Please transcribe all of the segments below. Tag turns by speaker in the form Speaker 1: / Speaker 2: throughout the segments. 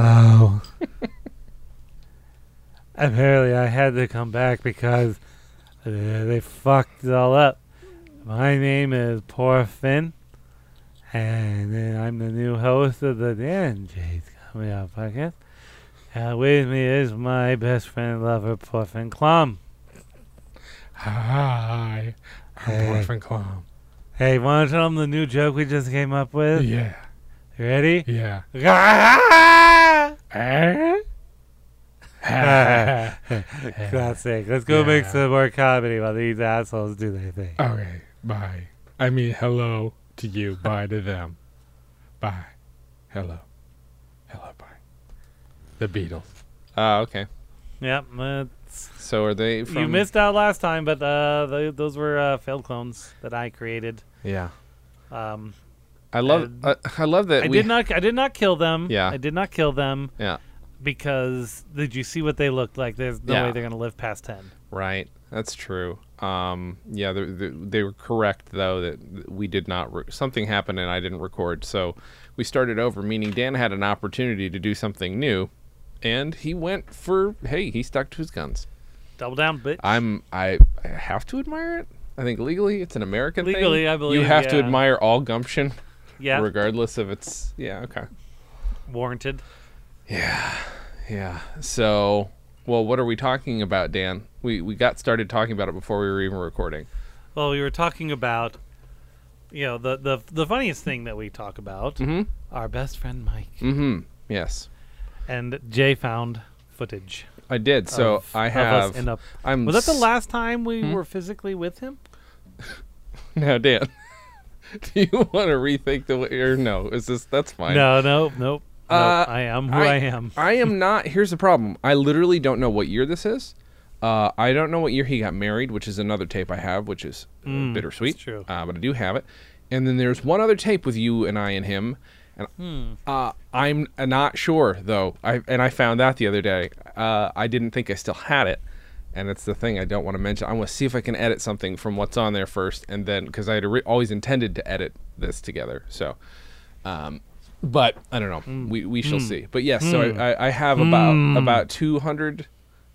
Speaker 1: Oh.
Speaker 2: Apparently, I had to come back because uh, they fucked it all up. My name is Poor Finn, and uh, I'm the new host of the Dan J's Comedy Out Podcast. Uh, with me is my best friend, and lover, Poor Finn Klum.
Speaker 1: Hi, I'm
Speaker 2: Hey.
Speaker 1: Orphan Clown.
Speaker 2: Hey, want to tell them the new joke we just came up with?
Speaker 1: Yeah,
Speaker 2: You ready?
Speaker 1: yeah.
Speaker 2: God's sake, let's go make
Speaker 1: Yeah.
Speaker 2: some more comedy while these assholes do their thing.
Speaker 1: okay, bye. I mean, hello to you. Bye to them. Bye. Hello. Hello. Bye. The Beatles.
Speaker 3: Ah, okay.
Speaker 2: Yep, that's
Speaker 3: So are they from?
Speaker 2: You missed out last time, but uh, th those were uh, failed clones that I created.
Speaker 3: Yeah.
Speaker 2: Um,
Speaker 3: I love.
Speaker 2: Uh,
Speaker 3: I, I love that.
Speaker 2: I
Speaker 3: we,
Speaker 2: did not. I did not kill them.
Speaker 3: Yeah.
Speaker 2: I did not kill them
Speaker 3: Yeah.
Speaker 2: because did you see what they looked like? There's no
Speaker 3: Yeah.
Speaker 2: way they're gonna live past ten.
Speaker 3: Right. That's true. Um. Yeah. They, they, they were correct though that we did not. Re- something happened and I didn't record. So we started over. Meaning Dan had an opportunity to do something new, and he went for. Hey, he stuck to his guns.
Speaker 2: Double down, bitch.
Speaker 3: I'm. I, I have to admire it. I think legally it's an American thing.
Speaker 2: Legally, I believe,
Speaker 3: you have to
Speaker 2: yeah.
Speaker 3: admire all gumption,
Speaker 2: yeah,
Speaker 3: regardless of its. Yeah. Okay.
Speaker 2: warranted.
Speaker 3: Yeah. So, well, what are we talking about, Dan? We we got started talking about it before we were even recording.
Speaker 2: Well, we were talking about, you know, the the the funniest thing that we talk about.
Speaker 3: Mhm.
Speaker 2: Our best friend Mike
Speaker 3: Mm-hmm. Yes,
Speaker 2: and Jay found footage.
Speaker 3: I did. So
Speaker 2: of-
Speaker 3: I
Speaker 2: of
Speaker 3: have.
Speaker 2: us in a-
Speaker 3: I'm.
Speaker 2: was that the
Speaker 3: s- Hmm?
Speaker 2: last time we were physically with him?
Speaker 3: No, Dan. Do you want to rethink the way or no? Is this that's fine?
Speaker 2: No, no, nope. No,
Speaker 3: Uh,
Speaker 2: I am who I, am.
Speaker 3: I am not. Here's the problem. I literally don't know what year this is. Uh, I don't know what year he got married, which is another tape I have, which is uh,
Speaker 2: Mm,
Speaker 3: bittersweet.
Speaker 2: it's true.
Speaker 3: Uh, but I do have it. And then there's one other tape with you and I and him. And
Speaker 2: Hmm.
Speaker 3: uh, I'm not sure though. I and I found out the other day. Uh, I didn't think I still had it. And it's the thing I don't want to mention. I want to see if I can edit something from what's on there first, and then because I had ori- always intended to edit this together. So but I don't know.
Speaker 2: Mm.
Speaker 3: We we shall see. But yes, so I, I, I have about about two hundred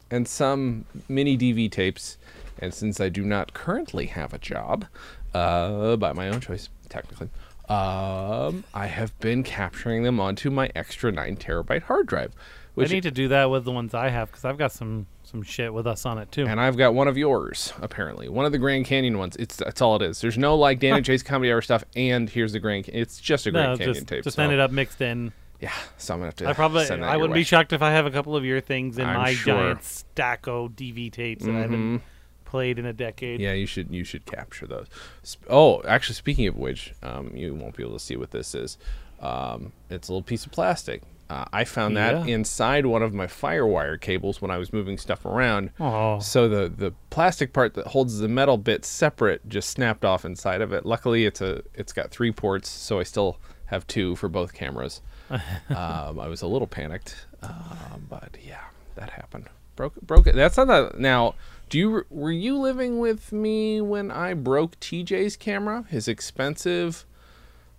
Speaker 3: and some mini DV tapes, and since I do not currently have a job, uh, by my own choice technically, um, I have been capturing them onto my extra nine terabyte hard drive,
Speaker 2: I
Speaker 3: which
Speaker 2: need to do that with the ones I have because I've got some some shit with us on it too.
Speaker 3: and I've got one of yours apparently, one of the Grand Canyon ones. It's that's all it is. There's no like Dan and Jay's comedy hour stuff, and here's the Grand. Ca- It's just a Grand
Speaker 2: no,
Speaker 3: Canyon
Speaker 2: just
Speaker 3: tape.
Speaker 2: just
Speaker 3: so-
Speaker 2: ended up mixed in.
Speaker 3: Yeah, so I'm gonna have to.
Speaker 2: I probably
Speaker 3: send that
Speaker 2: I
Speaker 3: your
Speaker 2: wouldn't
Speaker 3: way.
Speaker 2: be shocked if I have a couple of your things in
Speaker 3: I'm
Speaker 2: my
Speaker 3: sure. Mm-hmm.
Speaker 2: giant stack of DV tapes that I haven't played in a decade.
Speaker 3: Yeah, you should you should capture those. Sp- oh, actually, speaking of which, um, you won't be able to see what this is. Um, it's a little piece of plastic. Uh, I found that
Speaker 2: Yeah.
Speaker 3: inside one of my firewire cables when I was moving stuff around.
Speaker 2: Oh,
Speaker 3: So the the plastic part that holds the metal bit separate just snapped off inside of it. Luckily, it's a it's got three ports, so I still have two for both cameras. um, I was a little panicked, um, but yeah, that happened. Broke broke it. That's not that. Now, do you re- were you living with me when I broke TJ's camera? His expensive.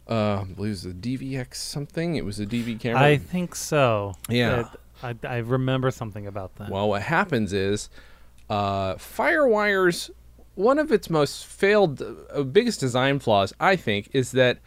Speaker 3: Uh, I believe it was a DVX something. It was a DV camera.
Speaker 2: I think so.
Speaker 3: Yeah.
Speaker 2: I, I remember something about that.
Speaker 3: Well, what happens is uh, FireWire's one of its most failed, uh, biggest design flaws, I think, is that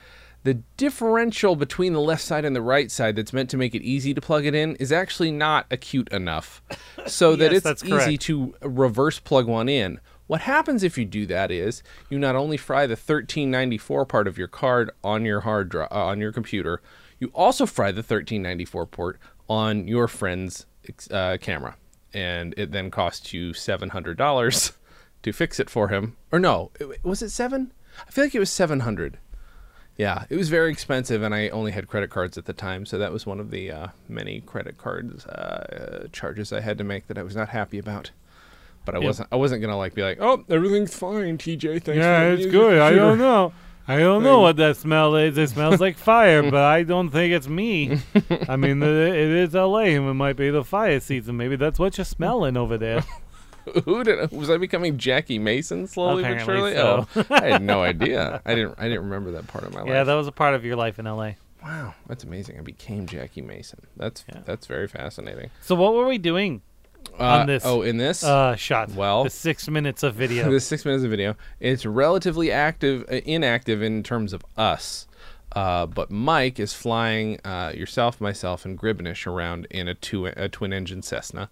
Speaker 3: the differential between the left side and the right side that's meant to make it easy to plug it in is actually not acute enough so that
Speaker 2: Yes,
Speaker 3: it's
Speaker 2: that's
Speaker 3: easy
Speaker 2: correct.
Speaker 3: to reverse plug one in. What happens if you do that is you not only fry the 1394 part of your card on your hard drive uh, on your computer, you also fry the 1394 port on your friend's ex- uh, camera, and it then costs you seven hundred dollars to fix it for him. Or no, it- was it seven? I feel like it was seven hundred. Yeah, it was very expensive, and I only had credit cards at the time, so that was one of the uh, many credit cards uh, uh, charges I had to make that I was not happy about. But I wasn't. I wasn't gonna like be like, oh, everything's fine, TJ. Thanks. for the music computer."
Speaker 2: know. I don't know what that smell is. It smells like fire, but I don't think it's me. I mean, it, it is LA, and it might be the fire season. Maybe that's what you're smelling over there.
Speaker 3: Who did? Was I becoming Jackie Mason slowly but
Speaker 2: Apparently
Speaker 3: surely? Oh, I had no idea. I didn't. I didn't remember that part of my life.
Speaker 2: Yeah, that was a part of your life in LA.
Speaker 3: wow, that's amazing. I became Jackie Mason. That's
Speaker 2: Yeah.
Speaker 3: that's very fascinating.
Speaker 2: So what were we doing
Speaker 3: Uh,
Speaker 2: this,
Speaker 3: Oh, in this?
Speaker 2: Uh, shot.
Speaker 3: Well-
Speaker 2: the six minutes of video.
Speaker 3: This six minutes of video. It's relatively active, uh, inactive in terms of us. Uh, but Mike is flying uh, yourself, myself, and Gribnish around in a two a twin engine Cessna,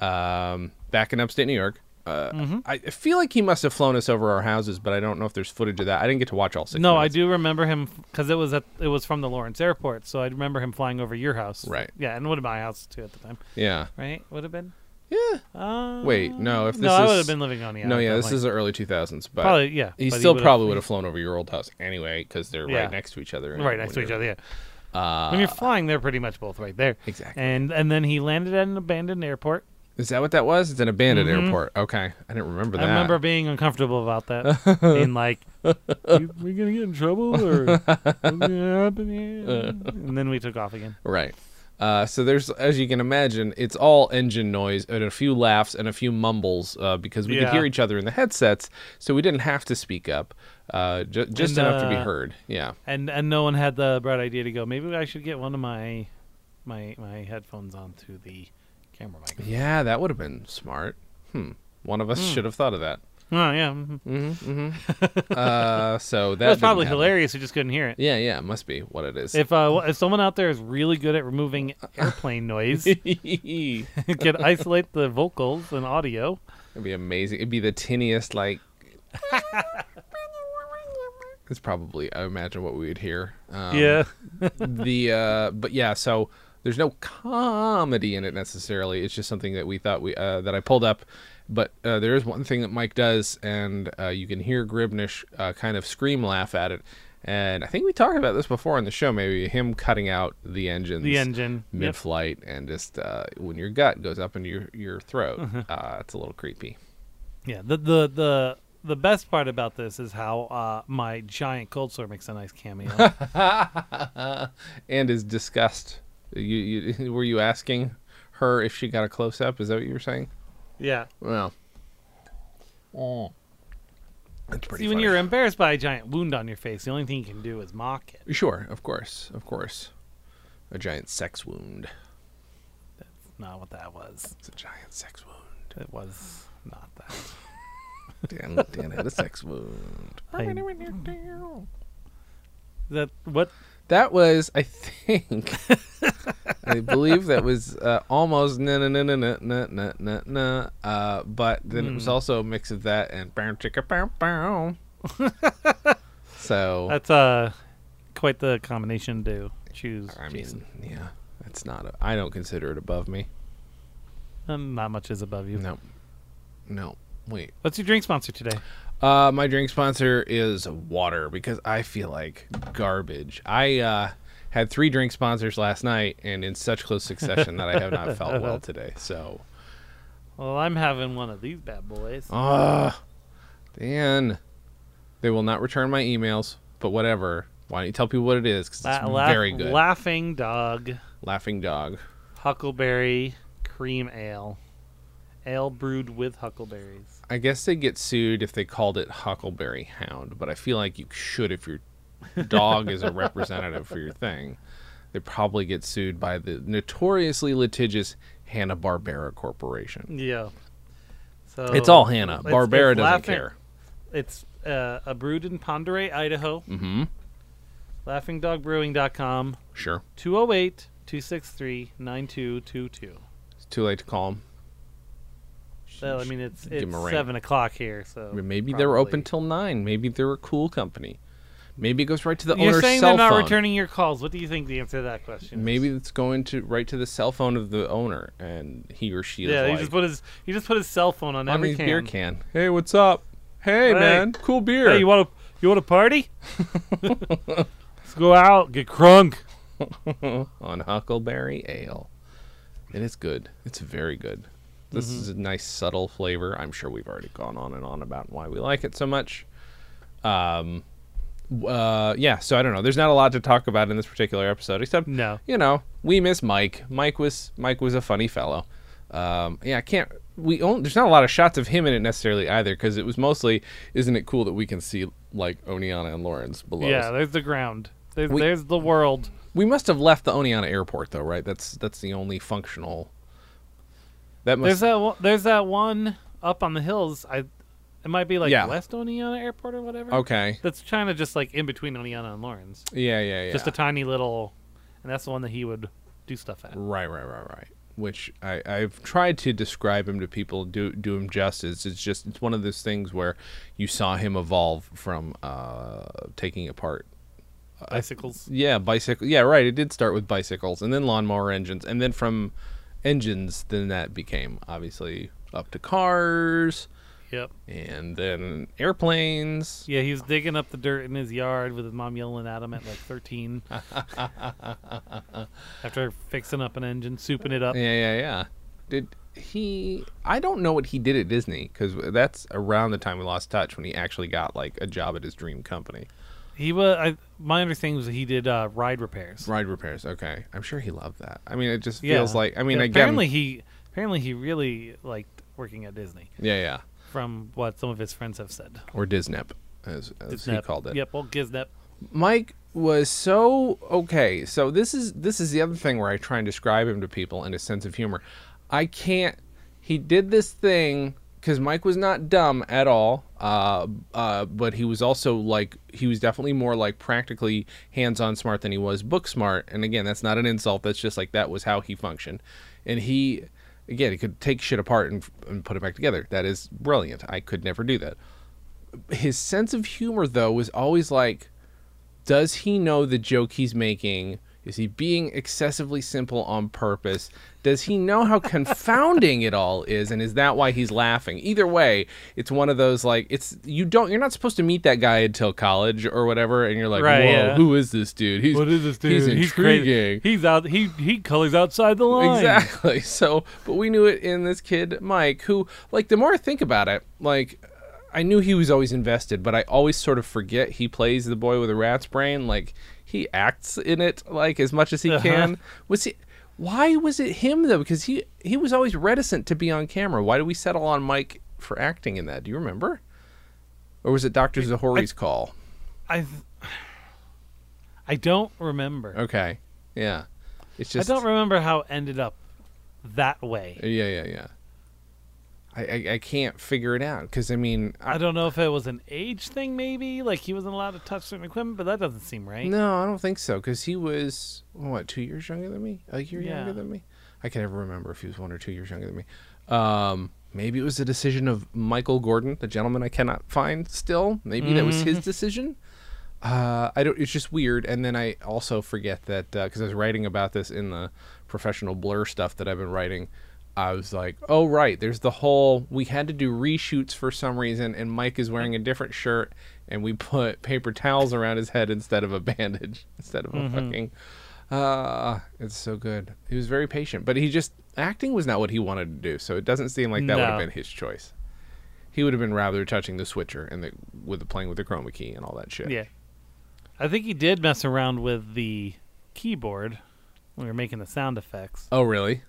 Speaker 3: um, back in upstate New York. Uh,
Speaker 2: Mm-hmm.
Speaker 3: I I feel like he must have flown us over our houses, but I don't know if there's footage of that. I didn't get to watch all six.
Speaker 2: no, I
Speaker 3: minutes.
Speaker 2: do remember him because it was at it was from the Lawrence Airport, so I remember him flying over your house.
Speaker 3: Right.
Speaker 2: Yeah, and what my house too at the time.
Speaker 3: Yeah.
Speaker 2: Right. Would have been.
Speaker 3: Yeah.
Speaker 2: Uh,
Speaker 3: Wait, no, if
Speaker 2: no,
Speaker 3: this
Speaker 2: I would
Speaker 3: is-
Speaker 2: have been living on the.
Speaker 3: no,
Speaker 2: island
Speaker 3: yeah,
Speaker 2: at
Speaker 3: this
Speaker 2: that
Speaker 3: is
Speaker 2: point.
Speaker 3: the early 2000s, but
Speaker 2: probably yeah.
Speaker 3: he
Speaker 2: but
Speaker 3: still
Speaker 2: would've-
Speaker 3: probably would have flown over your old house anyway because they're
Speaker 2: Yeah.
Speaker 3: right next to each other. and
Speaker 2: right next to
Speaker 3: when
Speaker 2: each
Speaker 3: you're-
Speaker 2: other. Yeah.
Speaker 3: Uh,
Speaker 2: when you're flying, they're pretty much both right there.
Speaker 3: Exactly.
Speaker 2: And and then he landed at an abandoned airport.
Speaker 3: Is that what that was? It's an abandoned airport. Okay, I didn't remember that.
Speaker 2: Mm-hmm. I remember being uncomfortable about that. being like, "You- "We gonna get in trouble or what's gonna happen here?" And then we took off again.
Speaker 3: Right. Uh, so there's, as you can imagine, it's all engine noise and a few laughs and a few mumbles uh, because we could
Speaker 2: Yeah.
Speaker 3: hear each other in the headsets, so we didn't have to speak up, uh, ju- just
Speaker 2: And,
Speaker 3: enough to be
Speaker 2: uh,
Speaker 3: heard. Yeah.
Speaker 2: And and no one had the bright idea to go. Maybe I should get one of my my my headphones onto the camera mic.
Speaker 3: Yeah, that would have been smart. Hmm. One of us should have thought of that.
Speaker 2: Oh yeah, mhm.
Speaker 3: Uh, so that
Speaker 2: that's
Speaker 3: didn't
Speaker 2: probably
Speaker 3: happen.
Speaker 2: hilarious. You just couldn't hear it.
Speaker 3: Yeah, yeah, it must be what it is.
Speaker 2: If uh, if someone out there is really good at removing airplane noise,
Speaker 3: It'd
Speaker 2: can isolate the vocals and audio.
Speaker 3: be amazing. It'd be the tiniest, like. It's probably, I imagine, what we would hear. Um,
Speaker 2: yeah.
Speaker 3: the uh but yeah so there's no comedy in it necessarily it's just something that we thought we uh, that i pulled up but uh, there is one thing that mike does and uh, you can hear gribnish uh, kind of scream laugh at it and i think we talked about this before on the show maybe him cutting out the engines
Speaker 2: The engine. Yep.
Speaker 3: mid-flight and just uh, when your gut goes up into your, your throat
Speaker 2: Uh-huh.
Speaker 3: uh, it's a little creepy
Speaker 2: Yeah, the the the the best part about this is how uh, my giant cold sore makes a nice cameo.
Speaker 3: and his disgust you, you were you asking her if she got a close-up is that what you were saying
Speaker 2: yeah,
Speaker 3: Well. Oh. That's pretty
Speaker 2: see, when you're embarrassed by a giant wound on your face, the only thing you can do is mock it.
Speaker 3: Sure, of course, of course. A giant sex wound.
Speaker 2: Not what that was.
Speaker 3: It's a giant sex wound.
Speaker 2: It was not that.
Speaker 3: Dan, Dan had a sex wound.
Speaker 2: I- That what?
Speaker 3: That was, I think, I believe that was uh, almost na na na na na na na na na. Uh, but then it was also a mix of that and bow chicka bow bow. So
Speaker 2: That's uh quite the combination to choose.
Speaker 3: I
Speaker 2: Jason.
Speaker 3: mean, yeah, that's not. A, I don't consider it above me.
Speaker 2: Um, not much is above you.
Speaker 3: No, no. Wait,
Speaker 2: What's your drink sponsor today?
Speaker 3: Uh, my drink sponsor is water because I feel like garbage. I uh, had three drink sponsors last night and in such close succession that I have not felt well today. So,
Speaker 2: Well, I'm having one of these bad boys.
Speaker 3: ah, Dan, they will not return my emails, but whatever. Why don't you tell people what it is? Because it's
Speaker 2: La- laugh-
Speaker 3: very good.
Speaker 2: Laughing dog.
Speaker 3: Laughing dog.
Speaker 2: Huckleberry cream ale. Ale brewed with huckleberries.
Speaker 3: I guess they'd get sued if they called it Huckleberry Hound, but I feel like you should if your dog is a representative for your thing. They probably get sued by the notoriously litigious Hanna Barbera Corporation.
Speaker 2: Yeah. So
Speaker 3: it's all Hanna.
Speaker 2: it's-
Speaker 3: Barbera
Speaker 2: it's
Speaker 3: doesn't
Speaker 2: laughing-
Speaker 3: care.
Speaker 2: It's uh, a brewed in Ponderay, Idaho.
Speaker 3: Mm-hmm.
Speaker 2: LaughingDogBrewing.com.
Speaker 3: Sure.
Speaker 2: 208 263 9222.
Speaker 3: It's too late to call them.
Speaker 2: Well, I mean, it's,
Speaker 3: Give 'em
Speaker 2: it's
Speaker 3: a ring.
Speaker 2: 7 o'clock here, so.
Speaker 3: Maybe they're
Speaker 2: probably-
Speaker 3: open till nine. Maybe they're a cool company. Maybe it goes right to the
Speaker 2: You're
Speaker 3: owner's
Speaker 2: saying
Speaker 3: cell
Speaker 2: they're not
Speaker 3: phone.
Speaker 2: returning your calls. What do you think the answer to that question is?
Speaker 3: Maybe it's going to right to the cell phone of the owner, and he or she is
Speaker 2: Yeah, he
Speaker 3: like,
Speaker 2: just put his he just put his cell phone on,
Speaker 3: on
Speaker 2: every
Speaker 3: his
Speaker 2: can.
Speaker 3: beer can. Hey, what's up? Hey,
Speaker 2: Hey.
Speaker 3: man, cool beer.
Speaker 2: Hey, you want to you want to party? Let's go out, get crunk.
Speaker 3: on Huckleberry Ale. It is good. It's very good. This
Speaker 2: Mm-hmm.
Speaker 3: is a nice subtle flavor. I'm sure we've already gone on and on about why we like it so much. Um, w- uh, yeah. So I don't know. There's not a lot to talk about in this particular episode, except
Speaker 2: No.
Speaker 3: you know, we miss Mike. Mike was Mike was a funny fellow. Um, yeah, I can't. We only, there's not a lot of shots of him in it necessarily either, because it was mostly, isn't it cool that we can see like Oniana and Lawrence below? us?
Speaker 2: Yeah, there's the ground. There's,
Speaker 3: We-
Speaker 2: there's the world.
Speaker 3: We must have left the Oneonta airport though, right? That's that's the only functional That must.
Speaker 2: There's that one, there's that one up on the hills. I it might be like
Speaker 3: Yeah.
Speaker 2: West Oneonta Airport or whatever.
Speaker 3: okay.
Speaker 2: That's kind of just like in between Oneonta and Lawrence.
Speaker 3: Yeah, yeah, yeah.
Speaker 2: Just a tiny little, and that's the one that he would do stuff at.
Speaker 3: Right, right, right, right. Which I, I've tried to describe him to people, do do him justice. It's just it's one of those things where you saw him evolve from uh, taking apart.
Speaker 2: Bicycles.
Speaker 3: Yeah, bicycle. Yeah, right. It did start with bicycles, and then lawnmower engines, and then from engines, then that became obviously up to cars,
Speaker 2: Yep.
Speaker 3: and then airplanes.
Speaker 2: Yeah, he was digging up the dirt in his yard with his mom yelling at him at like 13. After fixing up an engine, souping it up.
Speaker 3: Yeah, yeah, yeah. Did he? I don't know what he did at Disney because that's around the time we lost touch when he actually got like a job at his dream company,
Speaker 2: He was. I, my understanding was that he did uh, ride repairs.
Speaker 3: ride repairs. Okay, I'm sure he loved that. I mean, it just
Speaker 2: Yeah.
Speaker 3: feels like. I mean,
Speaker 2: Yeah,
Speaker 3: again,
Speaker 2: apparently he apparently he really liked working at Disney,
Speaker 3: yeah, yeah,
Speaker 2: from what some of his friends have said.
Speaker 3: or Disnep, as, as he
Speaker 2: Giznap.
Speaker 3: called it.
Speaker 2: Yep, well, Giznap.
Speaker 3: Mike was so okay. So this is this is the other thing where I try and describe him to people and his sense of humor. I can't. He did this thing because Mike was not dumb at all. Uh, uh, but he was also like he was definitely more like practically hands-on smart than he was book smart. And again, that's not an insult. That's just like that was how he functioned. And he, again, he could take shit apart and, and put it back together. That is brilliant. I could never do that. His sense of humor though was always like does he know the joke he's making? Is he being excessively simple on purpose? Does he know how confounding it all is? And is that why he's laughing? Either way, it's one of those like it's you don't you're not supposed to meet that guy until college or whatever, and you're like,
Speaker 2: Right,
Speaker 3: whoa,
Speaker 2: yeah.
Speaker 3: who is this dude? He's, He's intriguing.
Speaker 2: He's out. He he colors outside the line.
Speaker 3: Exactly. So, but we knew it in this kid Mike, who, like, the more I think about it, like, I knew he was always invested, but I always sort of forget he plays the boy with a rat's brain. Like, he acts in it like as much as he
Speaker 2: Uh-huh.
Speaker 3: can. Was he? Why was it him though? Because he he was always reticent to be on camera. Why did we settle on Mike for acting in that? Do you remember? Or was it Doctor Zahori's call?
Speaker 2: I th- I don't remember.
Speaker 3: Okay. Yeah. It's
Speaker 2: I
Speaker 3: just
Speaker 2: don't remember how it ended up that way.
Speaker 3: Yeah, yeah, yeah. I, I, I can't figure it out because I mean, I,
Speaker 2: I don't know if it was an age thing, maybe like he wasn't allowed to touch certain equipment, but that doesn't seem right.
Speaker 3: no, I don't think so because he was what two years younger than me, a year
Speaker 2: Yeah.
Speaker 3: younger than me. I can never remember if he was one or two years younger than me. Um, maybe it was a decision of Michael Gordon, the gentleman I cannot find still. Maybe that was
Speaker 2: Mm-hmm.
Speaker 3: his decision. Uh, I don't. It's just weird. And then I also forget that because I was writing about this in the professional blur stuff that I've been writing. I was like, oh right, there's the whole we had to do reshoots for some reason, and Mike is wearing a different shirt, and we put paper towels around his head instead of a bandage, instead of
Speaker 2: Mm-hmm.
Speaker 3: a fucking. Uh, it's so good. He was very patient, but he just acting was not what he wanted to do, so it doesn't seem like that would have
Speaker 2: No.
Speaker 3: been his choice. He would have been rather touching the switcher and the, with the playing with the chroma key and all that shit.
Speaker 2: Yeah. I think he did mess around with the keyboard when we were making the sound effects.
Speaker 3: Oh, really?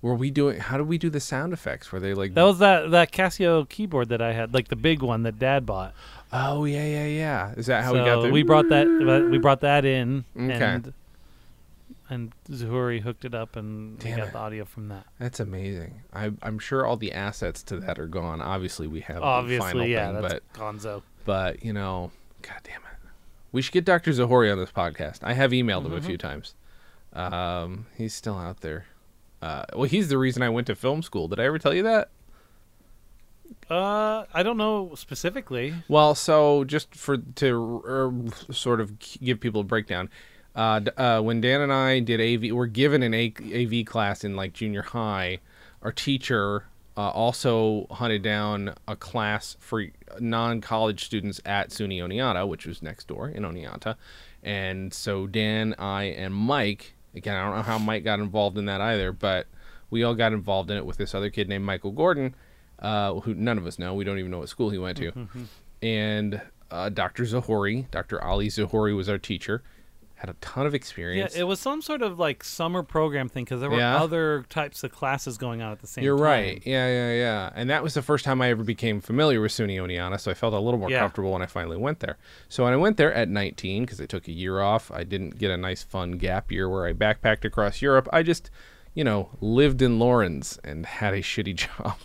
Speaker 3: Were we doing? How did we do the sound effects? Were they like?
Speaker 2: That was that that Casio keyboard that I had, like the big one that Dad bought.
Speaker 3: oh yeah, yeah, yeah. Is that how
Speaker 2: so
Speaker 3: we got the?
Speaker 2: brought that we brought that in,
Speaker 3: Okay.
Speaker 2: and and Zuhuri hooked it up, and
Speaker 3: Damn
Speaker 2: we got
Speaker 3: it.
Speaker 2: the audio from that.
Speaker 3: That's amazing. I, I'm sure all the assets to that are gone. Obviously, we have the final
Speaker 2: Obviously, yeah,
Speaker 3: thing,
Speaker 2: that's
Speaker 3: but
Speaker 2: Gonzo.
Speaker 3: but you know, god damn it, we should get Doctor Zahori on this podcast. I have emailed
Speaker 2: Mm-hmm.
Speaker 3: him a few times. Um, he's still out there. Uh, well, he's the reason I went to film school. Did I ever tell you that?
Speaker 2: Uh, I don't know specifically.
Speaker 3: Well, so just for to uh, sort of give people a breakdown, uh, d- uh, when Dan and I did AV, were given an A- AV class in like junior high. Our teacher uh, also hunted down a class for non-college students at SUNY Oneonta, which was next door in Oneonta, and so Dan, I, and Mike. Again, I don't know how Mike got involved in that either, but we all got involved in it with this other kid named Michael Gordon, uh, who none of us know. We don't even know what school he went to and uh, Dr. Zahori, Dr. Ali Zahori was our teacher, had a ton of
Speaker 2: Yeah,
Speaker 3: experience.
Speaker 2: it was some sort of like summer program thing because there were
Speaker 3: Yeah.
Speaker 2: other types of classes going on at the same
Speaker 3: You're
Speaker 2: time.
Speaker 3: right. Yeah, yeah, yeah. And that was the first time I ever became familiar with SUNY Oneonta, so I felt a little more
Speaker 2: Yeah.
Speaker 3: comfortable when I finally went there. So when I went there at 19, because I took a year off, I didn't get a nice fun gap year where I backpacked across Europe. I just you know, lived in Lawrence and had a shitty job.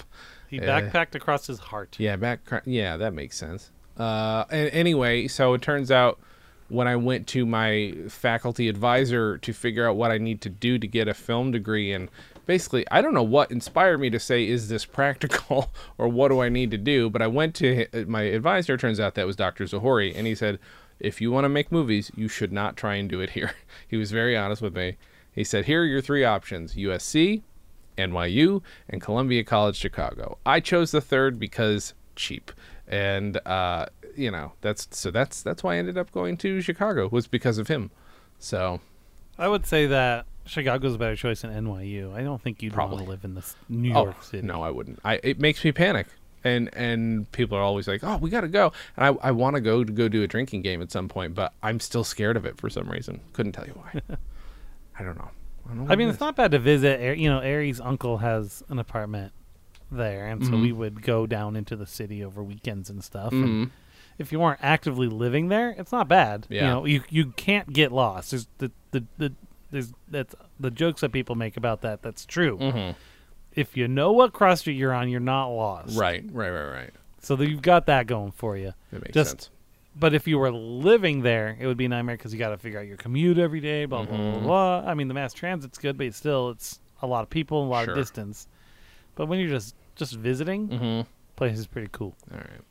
Speaker 2: He
Speaker 3: Uh,
Speaker 2: backpacked across his heart.
Speaker 3: Yeah, back. cra- Yeah, that makes sense. Uh, and anyway, so it turns out when I went to my faculty advisor to figure out what I need to do to get a film degree, and basically, I don't know what inspired me to say, "Is this practical?" or "What do I need to do?" But I went to hi- my advisor. Turns out that was Dr. Zahori, and he said, "If you want to make movies, you should not try and do it here." he was very honest with me. He said, "Here are your three options: USC, NYU, and Columbia College Chicago. I chose the third because cheap, and uh, you know that's so that's that's why I ended up going to Chicago was because of him. So
Speaker 2: I would say that Chicago's a better choice than NYU. I don't think you'd want
Speaker 3: Probably.
Speaker 2: to live in this New York
Speaker 3: oh,
Speaker 2: City.
Speaker 3: no, I wouldn't. I it makes me panic, and and people are always like, oh, we got to go, and I I want to go to go do a drinking game at some point, but I'm still scared of it for some reason. Couldn't tell you why. I don't know. I, don't know
Speaker 2: I
Speaker 3: what
Speaker 2: mean,
Speaker 3: it
Speaker 2: it's
Speaker 3: is.
Speaker 2: not bad to visit. Ar- You know, Ari's uncle has an apartment there, and so we
Speaker 3: Mm-hmm.
Speaker 2: would go down into the city over weekends and stuff. And if you weren't actively living there, it's not bad.
Speaker 3: Yeah.
Speaker 2: You know, you you can't get lost. There's the the, the there's that's the jokes that people make about that. That's true.
Speaker 3: Mm-hmm.
Speaker 2: If you know what cross street you're on, you're not lost.
Speaker 3: right, right, right, right.
Speaker 2: So that you've got that going for you.
Speaker 3: That makes
Speaker 2: Just-
Speaker 3: sense.
Speaker 2: But if you were living there, it would be a nightmare because you got to figure out your commute every day. Blah blah
Speaker 3: Mm-hmm.
Speaker 2: blah blah. I mean, the mass transit's good, but it's still, it's a lot of people, and a lot
Speaker 3: Sure.
Speaker 2: of distance. But when you're just just visiting,
Speaker 3: Mm-hmm.
Speaker 2: place is pretty cool.
Speaker 3: All right.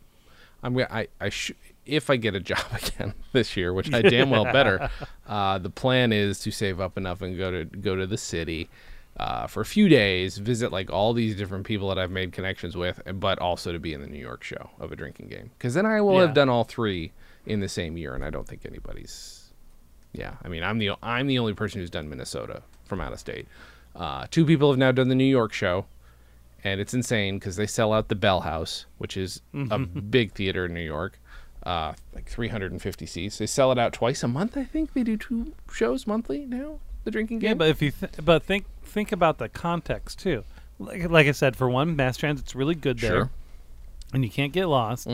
Speaker 3: I'm gonna. I, I sh- if I get a job again this year, which I damn well better. Uh, the plan is to save up enough and go to go to the city uh, for a few days, visit like all these different people that I've made connections with, but also to be in the New York show of a drinking game. Because then I will
Speaker 2: Yeah.
Speaker 3: have done all three in the same year, and I don't think anybody's. Yeah, I mean, I'm the I'm the only person who's done Minnesota from out of state. Uh, two people have now done the New York show and it's insane because they sell out the Bell House, which is a
Speaker 2: Mm-hmm.
Speaker 3: big theater in New York, uh, like 350 seats. They sell it out twice a month, I think. They do two shows monthly now. The drinking game.
Speaker 2: Yeah, but if you th- but think think about the context too. Like, like I said, for one, mass transit's really good there,
Speaker 3: Sure. Mm-hmm.
Speaker 2: and you can't get lost.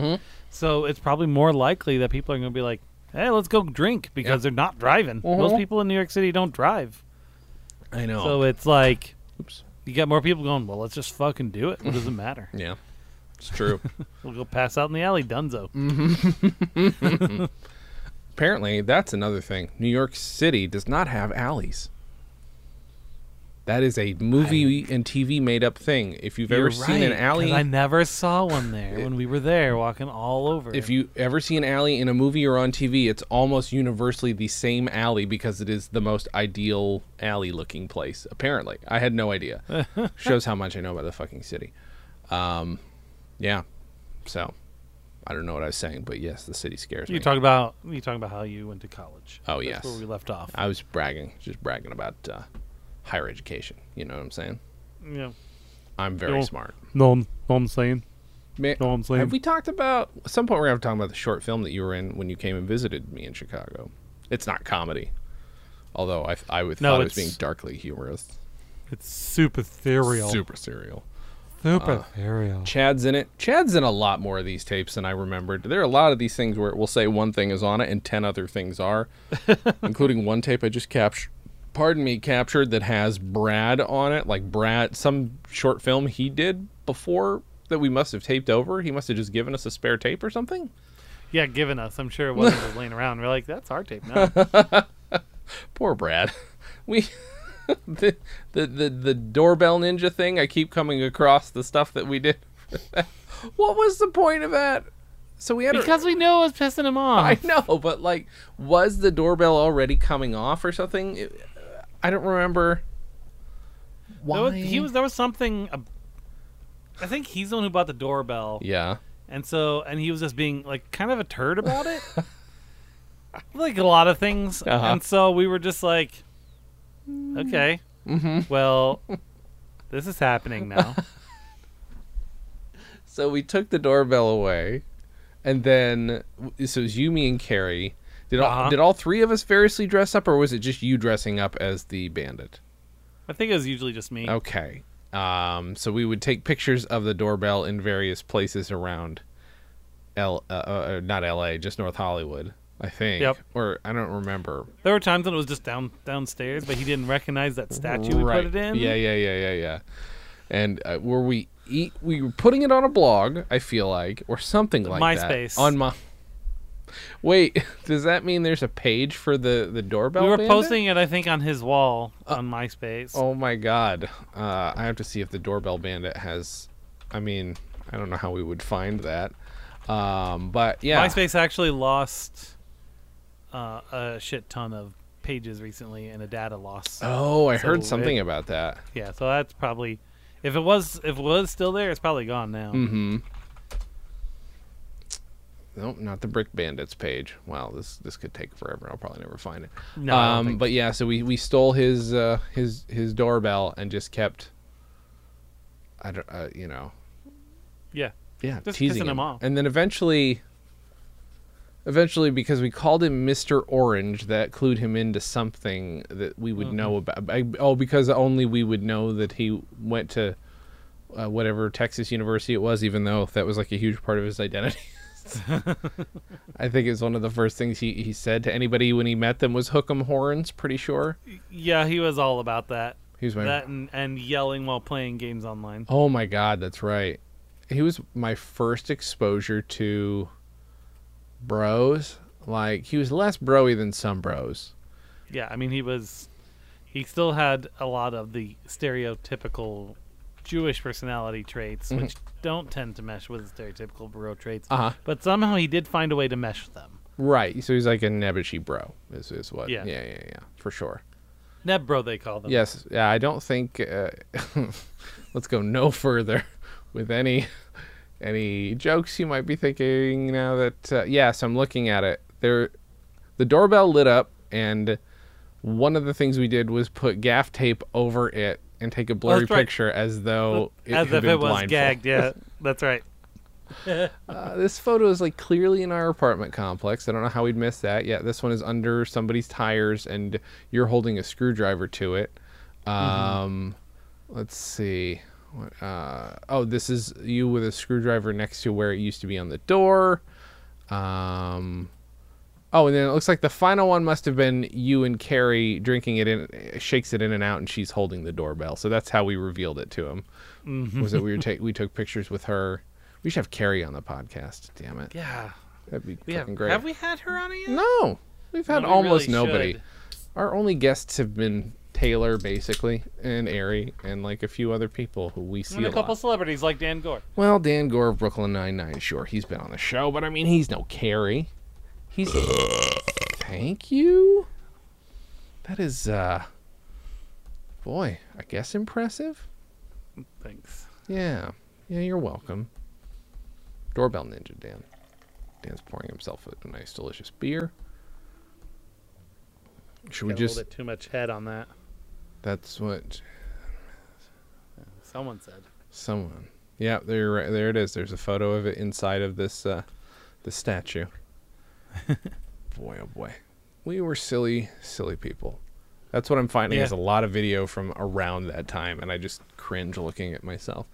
Speaker 2: So it's probably more likely that people are going to be like, "Hey, let's go drink," because they're not driving. Most
Speaker 3: Mhm.
Speaker 2: people in New York City don't drive,
Speaker 3: I know.
Speaker 2: so it's like.
Speaker 3: Oops.
Speaker 2: You got more people going, well, let's just fucking do it. What does it matter?
Speaker 3: Yeah, it's true.
Speaker 2: We'll go pass out in the alley, dunzo.
Speaker 3: Mm. Apparently, that's another thing. New York City does not have alleys. That is a movie and TV made up thing. If you've ever
Speaker 2: You're
Speaker 3: seen an
Speaker 2: right, 'cause
Speaker 3: alley,
Speaker 2: I never saw one there when we were there walking all over.
Speaker 3: If you ever see an alley in a movie or on TV, it's almost universally the same alley because it is the most ideal alley looking place, apparently. I had no idea. Shows how much I know about the fucking city. Um, yeah. So, I don't know what I was saying, but yes, the city scares
Speaker 2: you
Speaker 3: me.
Speaker 2: talk about you talk about how you went to college.
Speaker 3: Oh,
Speaker 2: That's
Speaker 3: yes.
Speaker 2: where we left off.
Speaker 3: I was bragging, just bragging about uh, higher education. You know what I'm saying?
Speaker 2: yeah.
Speaker 3: I'm very
Speaker 1: Cool.
Speaker 3: smart.
Speaker 1: No, know what I'm saying?
Speaker 3: Ma-
Speaker 1: Know what I'm saying?
Speaker 3: Have we talked about at some point we're gonna talk about the short film that you were in when you came and visited me in Chicago? It's not comedy, although I I would
Speaker 2: No,
Speaker 3: thought it was
Speaker 2: it's-
Speaker 3: being darkly humorous,
Speaker 1: It's super serial.
Speaker 3: super Ah. serial.
Speaker 1: Super serial.
Speaker 3: Chad's in it. Chad's in a lot more of these tapes than I remembered. There are a lot of these things where it will say one thing is on it and ten other things are, including one tape I just captured. Pardon me, captured that has Brad on it, like Brad, some short film he did before that we must have taped over. He must have just given us a spare tape or something.
Speaker 2: Yeah, given us. I'm sure it wasn't just laying around. We're like, that's our tape now.
Speaker 3: poor Brad. We the, the the the doorbell ninja thing. I keep coming across the stuff that we did. for that. what was the point of that? So we had a-
Speaker 2: because we knew it was pissing him off.
Speaker 3: I know, but like, was the doorbell already coming off or something? It- I don't remember. Why
Speaker 2: There was, he was there was something ab- I think he's the one who bought the doorbell.
Speaker 3: Yeah.
Speaker 2: And so, and he was just being like kind of a turd about it, like a lot of things.
Speaker 3: Uh-huh.
Speaker 2: And so we were just like, okay,
Speaker 3: Mm-hmm.
Speaker 2: well, this is happening now.
Speaker 3: So we took the doorbell away, and then so it was you, me, and Carrie. Did all,
Speaker 2: Uh-huh.
Speaker 3: did all three of us variously dress up, or was it just you dressing up as the bandit?
Speaker 2: I think it was usually just me.
Speaker 3: Okay. Um, so we would take pictures of the doorbell in various places around L, uh, uh, uh, not L.A., just North Hollywood, I think.
Speaker 2: Yep.
Speaker 3: Or I don't remember.
Speaker 2: There were times when it was just down downstairs, but he didn't recognize that statue we
Speaker 3: right.
Speaker 2: put it in.
Speaker 3: Yeah, yeah, yeah, yeah, yeah. And uh, were we eat? We were putting it on a blog. I feel like, or something like that.
Speaker 2: MySpace.
Speaker 3: on my. Wait, does that mean there's a page for the the doorbell?
Speaker 2: We were
Speaker 3: bandit?
Speaker 2: posting it, I think, on his wall on MySpace.
Speaker 3: Uh, Oh my god! Uh, I have to see if the doorbell bandit has. I mean, I don't know how we would find that. Um, but yeah,
Speaker 2: MySpace actually lost uh, a shit ton of pages recently in a data loss.
Speaker 3: Oh, I
Speaker 2: So
Speaker 3: heard
Speaker 2: it-
Speaker 3: something about that.
Speaker 2: Yeah, so that's probably if it was if it was still there, it's probably gone now.
Speaker 3: Mm-hmm. Nope, not the Brick Bandits page. Wow, this this could take forever. I'll probably never find it.
Speaker 2: No, I don't
Speaker 3: um,
Speaker 2: think
Speaker 3: but yeah, so we we stole his uh, his his doorbell and just kept. I don't, uh, you know,
Speaker 2: Yeah.
Speaker 3: yeah,
Speaker 2: Just
Speaker 3: teasing
Speaker 2: pissing
Speaker 3: him
Speaker 2: him off.
Speaker 3: and then eventually. Eventually, because we called him Mister Orange, that clued him into something that we would know
Speaker 2: Mm-hmm.
Speaker 3: about. I, oh, because only we would know that he went to uh, whatever Texas University it was, even though that was like a huge part of his identity. I think it's one of the first things he, he said to anybody when he met them was "hook 'em horns." Pretty sure
Speaker 2: Yeah, he was all about that.
Speaker 3: he was my.
Speaker 2: That and, and yelling while playing games online.
Speaker 3: oh my god, that's right. He was my first exposure to bros. Like he was less broy than some bros.
Speaker 2: Yeah, I mean he was he still had a lot of the stereotypical Jewish personality traits,
Speaker 3: Mm-hmm.
Speaker 2: which don't tend to mesh with stereotypical bro traits.
Speaker 3: Uh huh.
Speaker 2: But somehow he did find a way to mesh them.
Speaker 3: Right. So he's like a Nebuchadnezzar bro. Is is what?
Speaker 2: Yeah.
Speaker 3: Yeah. Yeah. Yeah. For sure.
Speaker 2: Nebro they call them.
Speaker 3: Yes. Yeah, I don't think. Uh, let's go no further with any any jokes you might be thinking now that uh, yes, I'm looking at it. There, the doorbell lit up, and one of the things we did was put gaff tape over it and take a blurry
Speaker 2: Oh, that's right.
Speaker 3: picture as though it
Speaker 2: As
Speaker 3: had
Speaker 2: if
Speaker 3: been
Speaker 2: it was
Speaker 3: blindfold.
Speaker 2: gagged, yeah. That's right.
Speaker 3: Uh, this photo is like clearly in our apartment complex. I don't know how we'd miss that. Yeah, this one is under somebody's tires, and you're holding a screwdriver to it.
Speaker 2: Mm-hmm.
Speaker 3: Um, Let's see. What, uh, oh, this is you with a screwdriver next to where it used to be on the door. Um, oh, and then it looks like the final one must have been you and Carrie drinking it in, shakes it in and out, and she's holding the doorbell. So that's how we revealed it to him.
Speaker 2: Mm-hmm.
Speaker 3: Was that we were ta- we took pictures with her. We should have Carrie on the podcast. Damn it,
Speaker 2: Yeah.
Speaker 3: that'd be
Speaker 2: We
Speaker 3: fucking
Speaker 2: have,
Speaker 3: great.
Speaker 2: have we had her on it yet?
Speaker 3: No, we've had
Speaker 2: No, we
Speaker 3: almost
Speaker 2: really
Speaker 3: nobody.
Speaker 2: should.
Speaker 3: Our only guests have been Taylor, basically, and Ari, and like a few other people who we see
Speaker 2: And
Speaker 3: a,
Speaker 2: a couple
Speaker 3: lot.
Speaker 2: celebrities like Dan Gore.
Speaker 3: Well, Dan Gore of Brooklyn Nine Nine, sure, he's been on the show, but I mean, he's no Carrie. He's. Thank you. That is, uh, boy, I guess impressive.
Speaker 2: Thanks.
Speaker 3: Yeah, yeah, you're welcome. Doorbell Ninja Dan. Dan's pouring himself a nice, delicious beer. Should we
Speaker 2: Got a
Speaker 3: just?
Speaker 2: little bit too much head on that.
Speaker 3: That's what
Speaker 2: Someone said.
Speaker 3: someone. Yeah, there, right- there it is. There's a photo of it inside of this, uh, the statue. boy, oh boy, we were silly, silly people. That's what I'm finding is a
Speaker 2: Yeah.
Speaker 3: lot of video from around that time, and I just cringe looking at myself.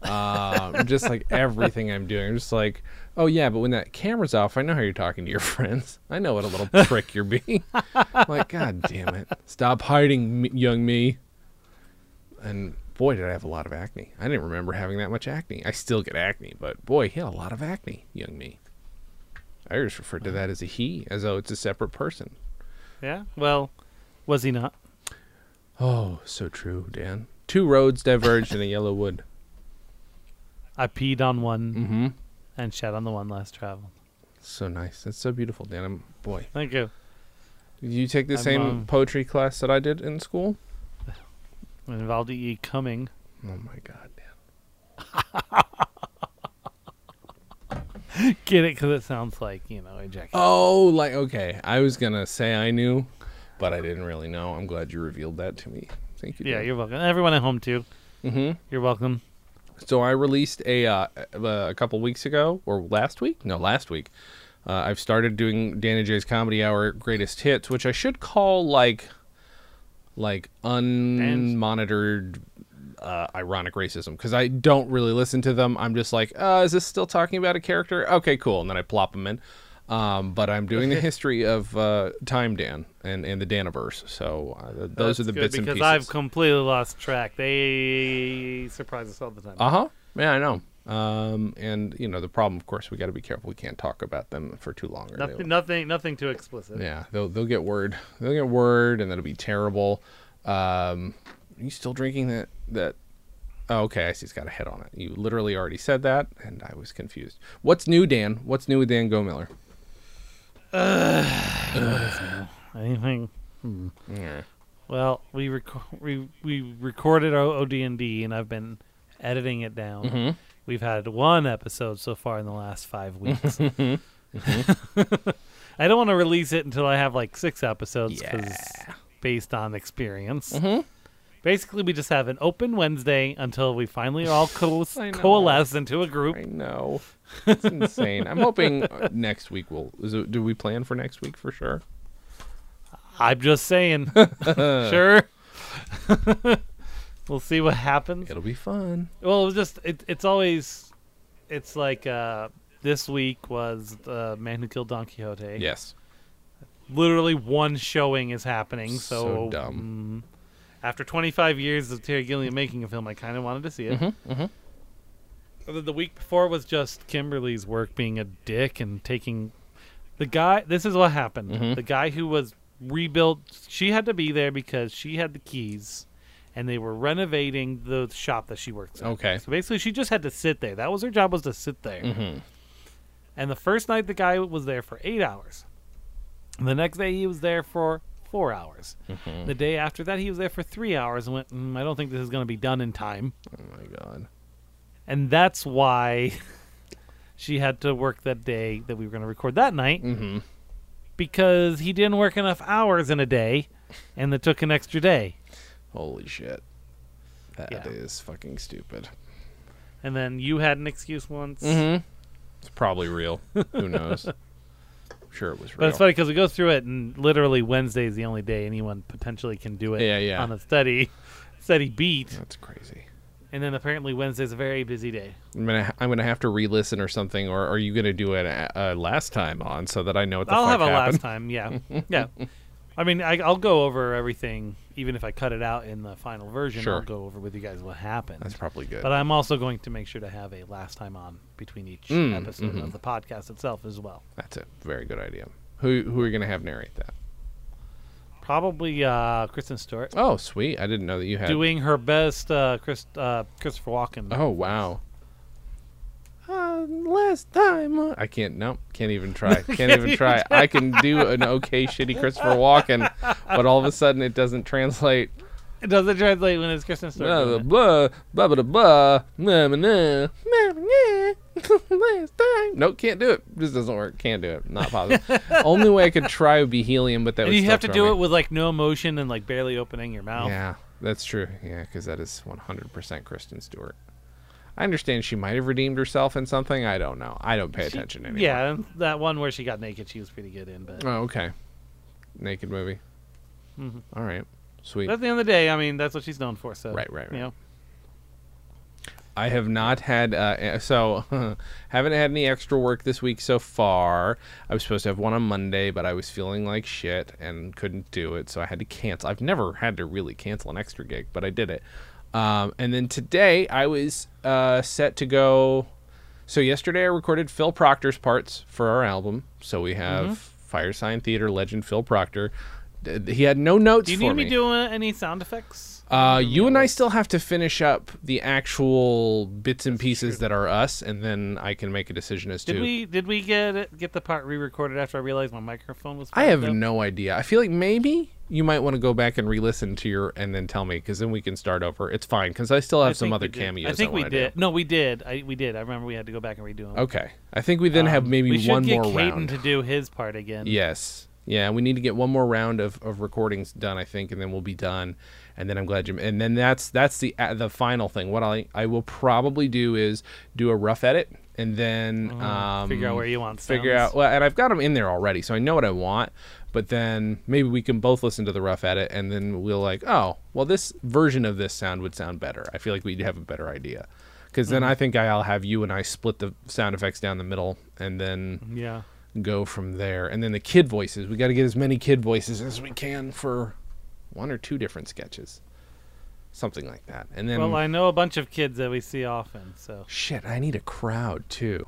Speaker 3: Um, just like everything I'm doing, I'm just like, oh yeah, but when that camera's off, I know how you're talking to your friends. I know what a little prick you're being. like, god damn it, stop hiding, m- young me. And boy, did I have a lot of acne. I didn't remember having that much acne. I still get acne, but boy, he had a lot of acne, young me. I just referred to that as a he, as though it's a separate person.
Speaker 2: Yeah? Well, was he not?
Speaker 3: Oh, so true, Dan. Two roads diverged in a yellow wood.
Speaker 2: I peed on one
Speaker 3: Mm-hmm.
Speaker 2: and shed on the one last travel.
Speaker 3: So nice. That's so beautiful, Dan. I'm, boy,
Speaker 2: Thank you.
Speaker 3: did you take the
Speaker 2: I'm,
Speaker 3: same
Speaker 2: um,
Speaker 3: poetry class that I did in school?
Speaker 2: It involved E. Cumming.
Speaker 3: Oh my God, Dan.
Speaker 2: Get it? Because it sounds like, you know, ejaculate.
Speaker 3: Oh, like okay. I was gonna say I knew, but I didn't really know. I'm glad you revealed that to me. Thank you.
Speaker 2: yeah, you're welcome. Everyone at home, too.
Speaker 3: Mm-hmm.
Speaker 2: You're welcome.
Speaker 3: So I released a uh, a a couple weeks ago or last week? No, last week. Uh, I've started doing Danny J's Comedy Hour Greatest Hits, which I should call like like unmonitored uh, ironic racism because I don't really listen to them. I'm just like, uh, is this still talking about a character? Okay, cool. And then I plop them in. Um, but I'm doing the history of uh, Time Dan and, and the Daniverse. So uh, th- those are the
Speaker 2: That's good,
Speaker 3: bits and
Speaker 2: because
Speaker 3: pieces.
Speaker 2: I've completely lost track. They surprise us all the time.
Speaker 3: Uh huh. Yeah, I know. Um, and you know the problem, of course, we got to be careful. We can't talk about them for too long. Or they
Speaker 2: nothing, nothing, nothing too explicit.
Speaker 3: Yeah, they'll they'll get word. They'll get word, and that'll be terrible. Um, are you still drinking that that? Oh, okay, I see. It's got a head on it. You literally already said that, and I was confused. What's new, Dan? What's new with Dan Go Miller?
Speaker 2: Anything? Hmm. Well, we rec- we we recorded our OD&D, and I've been editing it down.
Speaker 3: Mm-hmm.
Speaker 2: We've had one episode so far in the last five weeks.
Speaker 3: Mm-hmm.
Speaker 2: I don't want to release it until I have like six episodes because based on experience.
Speaker 3: Mm-hmm.
Speaker 2: Basically, we just have an open Wednesday until we finally all co-
Speaker 3: I know.
Speaker 2: coalesce into a group.
Speaker 3: I know. It's insane. I'm hoping uh, next week will. Is it, do we plan for next week for sure?
Speaker 2: I'm just saying. sure. we'll see what happens.
Speaker 3: It'll be fun.
Speaker 2: Well, it was just it, it's always it's like uh this week was the man who killed Don Quixote.
Speaker 3: Yes.
Speaker 2: Literally one showing is happening, so,
Speaker 3: So dumb.
Speaker 2: mm, after 25 years of Terry Gilliam making a film, I kind of wanted to see it.
Speaker 3: Mm-hmm,
Speaker 2: And then The week before was just Kimberly's work being a dick and taking the guy. This is what happened.
Speaker 3: Mm-hmm.
Speaker 2: The guy who was rebuilt, she had to be there because she had the keys, and they were renovating the shop that she works at.
Speaker 3: Okay.
Speaker 2: So basically, she just had to sit there. That was her job was to sit there. And the first night, the guy was there for eight hours. The next day, he was there for four hours. The day after that, he was there for three hours and went, mm, I don't think this is going to be done in time.
Speaker 3: Oh my god.
Speaker 2: And that's why she had to work that day that we were going to record that night
Speaker 3: Mm-hmm.
Speaker 2: because he didn't work enough hours in a day and it took an extra day.
Speaker 3: Holy shit. That is
Speaker 2: Yeah.
Speaker 3: fucking stupid.
Speaker 2: And then you had an excuse once.
Speaker 3: Mm-hmm. It's probably real. Who knows? I'm sure it was real.
Speaker 2: But it's funny because we go through it, and literally Wednesday is the only day anyone potentially can do it
Speaker 3: Yeah, yeah.
Speaker 2: on a steady, steady beat.
Speaker 3: That's crazy.
Speaker 2: And then apparently Wednesday's a very busy day.
Speaker 3: I'm gonna ha- I'm gonna have to re-listen or something, or are you gonna do it a- uh, last time on so that I know what the
Speaker 2: I'll have
Speaker 3: fuck
Speaker 2: a last
Speaker 3: happened?
Speaker 2: time. Yeah, yeah. I mean, I, I'll go over everything, even if I cut it out in the final version.
Speaker 3: Sure.
Speaker 2: I'll go over with you guys what happened.
Speaker 3: That's probably good.
Speaker 2: But I'm also going to make sure to have a last time on between each
Speaker 3: Mm,
Speaker 2: episode of the podcast itself as well.
Speaker 3: That's a very good idea. Who who are you gonna have narrate that?
Speaker 2: Probably uh, Kristen Stewart
Speaker 3: Oh, sweet! I didn't know that you had.
Speaker 2: doing her best. Uh, Chris, uh, Christopher Walken.
Speaker 3: Oh wow. Uh, last time uh, I can't. No, can't even try. Can't even try. I can do an okay shitty Christopher Walken, but all of a sudden it doesn't translate.
Speaker 2: It doesn't translate when it's Kristen Stewart. doing
Speaker 3: Blah
Speaker 2: it.
Speaker 3: blah blah blah blah. blah, blah, blah, blah, blah. Last time. Nope, can't do it. This doesn't work. Can't do it. Not possible. Only way I could try would be helium, but that
Speaker 2: And
Speaker 3: would
Speaker 2: you
Speaker 3: still
Speaker 2: have to
Speaker 3: throw
Speaker 2: do
Speaker 3: me.
Speaker 2: it with like no emotion and like barely opening your mouth.
Speaker 3: Yeah, that's true. Yeah, because that is 100% Kristen Stewart. I understand she might have redeemed herself in something. I don't know. I don't pay attention anymore.
Speaker 2: Yeah, and that one where she got naked, she was pretty good in. But
Speaker 3: Oh, okay. Naked movie. All right. Sweet.
Speaker 2: but at the end of the day, I mean, Mm-hmm. that's what she's known for. So
Speaker 3: Right, right,
Speaker 2: You
Speaker 3: right.
Speaker 2: know,
Speaker 3: I have not had uh, eh, so haven't had any extra work this week so far. I was supposed to have one on Monday, but I was feeling like shit and couldn't do it, so I had to cancel. I've never had to really cancel an extra gig, but I did it. Um, and then today I was uh, set to go. So yesterday I recorded Phil Proctor's parts for our album. So we have
Speaker 2: Mm-hmm.
Speaker 3: Fire Sign Theater legend Phil Proctor. D- He had no notes.
Speaker 2: do you
Speaker 3: for
Speaker 2: need
Speaker 3: me.
Speaker 2: me doing any sound effects?
Speaker 3: Uh, you and I still have to finish up the actual bits and pieces that are us, and then I can make a decision as
Speaker 2: Did
Speaker 3: to.
Speaker 2: we did we get it, get the part re-recorded after I realized my microphone was?
Speaker 3: I have
Speaker 2: fucked up?
Speaker 3: no idea. I feel like maybe you might want to go back and re-listen to your and then tell me, because then we can start over. It's fine, because I still have
Speaker 2: I
Speaker 3: some
Speaker 2: think
Speaker 3: other
Speaker 2: we did.
Speaker 3: cameos.
Speaker 2: I think we
Speaker 3: wanna do.
Speaker 2: did. No, we did. I we did. I remember we had to go back and redo them.
Speaker 3: Okay, I think we then have maybe
Speaker 2: Um, we should
Speaker 3: one
Speaker 2: get
Speaker 3: more
Speaker 2: Caden
Speaker 3: round.
Speaker 2: to do his part again.
Speaker 3: Yes. Yeah, we need to get one more round of, of recordings done, I think, and then we'll be done. And then I'm glad you. And then that's that's the uh, the final thing. What I I will probably do is do a rough edit, and then um,
Speaker 2: Mm, figure out where you want
Speaker 3: figure
Speaker 2: sounds.
Speaker 3: out. Well, and I've got them in there already, so I know what I want. But then maybe we can both listen to the rough edit, and then we'll like, oh, well, this version of this sound would sound better. I feel like we'd have a better idea,
Speaker 2: Mm-hmm. Mm-hmm.
Speaker 3: because then I think I'll have you and I split the sound effects down the middle, and then
Speaker 2: Yeah.
Speaker 3: go from there. And then the kid voices. We got to get as many kid voices as we can for one or two different sketches, something like that. And then
Speaker 2: Well, I know a bunch of kids that we see often, so
Speaker 3: Shit, I need a crowd too.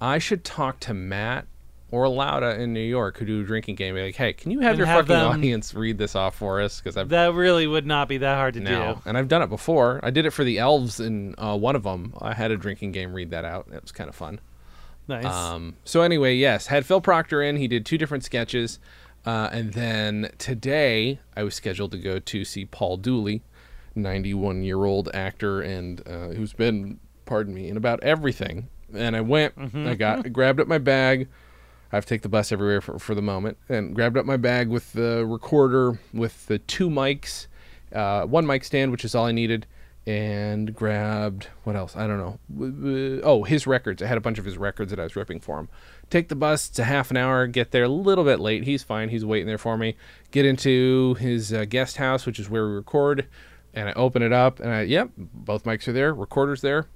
Speaker 3: I should talk to Matt or Lauda in New York who do a drinking game. Be like, hey, can you have
Speaker 2: And
Speaker 3: your
Speaker 2: have
Speaker 3: fucking
Speaker 2: them-
Speaker 3: audience read this off for us? Because I've
Speaker 2: that really would not be that hard to
Speaker 3: now,
Speaker 2: do.
Speaker 3: and I've done it before. I did it for the elves in uh, one of them. I had a drinking game read that out. It was kind of fun.
Speaker 2: Nice.
Speaker 3: Um, so anyway, yes, had Phil Proctor in. He did two different sketches, uh, and then today I was scheduled to go to see Paul Dooley, 91 year old actor, and uh, who's been, pardon me, in about everything. And I went, I got grabbed up my bag. I have to take the bus everywhere for, for the moment, and grabbed up my bag with the recorder, with the two mics, uh, one mic stand, which is all I needed, and grabbed what else? I don't know. W- w- Oh, his records. I had a bunch of his records that I was ripping for him. Take the bus. It's a half an hour. Get there a little bit late. He's fine. He's waiting there for me. Get into his uh, guest house, which is where we record, and I open it up, and I yep, both mics are there. Recorder's there.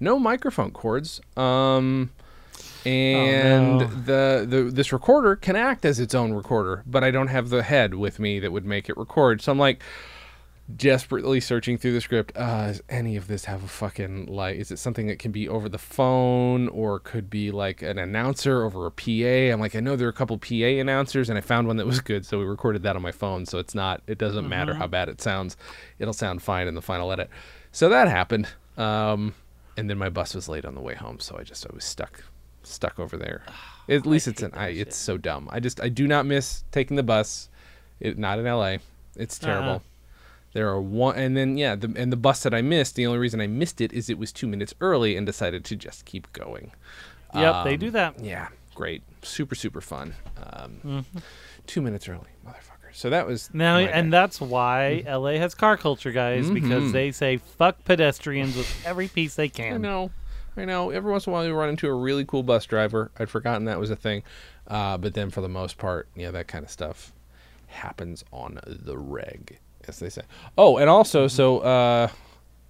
Speaker 3: No microphone cords. Um and
Speaker 2: no.
Speaker 3: the, the this recorder can act as its own recorder, but I don't have the head with me that would make it record. So I'm like desperately searching through the script. Uh, does any of this have a fucking like? Is it something that can be over the phone or could be like an announcer over a PA? I'm like, I know there are a couple PA announcers, and I found one that was good, so we recorded that on my phone. So it's not. It doesn't matter how bad it sounds. It'll sound fine in the final edit. So that happened. Um, and then my bus was late on the way home, so I just I was stuck stuck over there. At least it's an I. It's so dumb. I just I do not miss taking the bus. It, not in LA. It's terrible.
Speaker 2: Uh-uh.
Speaker 3: There are one, and then yeah, the, and the bus that I missed. The only reason I missed it is it was two minutes early and decided to just keep going.
Speaker 2: yep, they
Speaker 3: um,
Speaker 2: do that.
Speaker 3: Yeah, great, super super fun. Um, Two minutes early, motherfucker. So that was
Speaker 2: Mm-hmm. Now,
Speaker 3: oh my Mm-hmm.
Speaker 2: and
Speaker 3: day.
Speaker 2: that's why LA has car culture, guys, because they say fuck pedestrians with every piece they
Speaker 3: Mm-hmm. I
Speaker 2: can.
Speaker 3: know, I know. Every once in a while, you run into a really cool bus driver. I'd forgotten that was a thing, uh, but then for the most part, yeah, that kind of stuff happens on the reg, as they say. Oh, and also, so uh,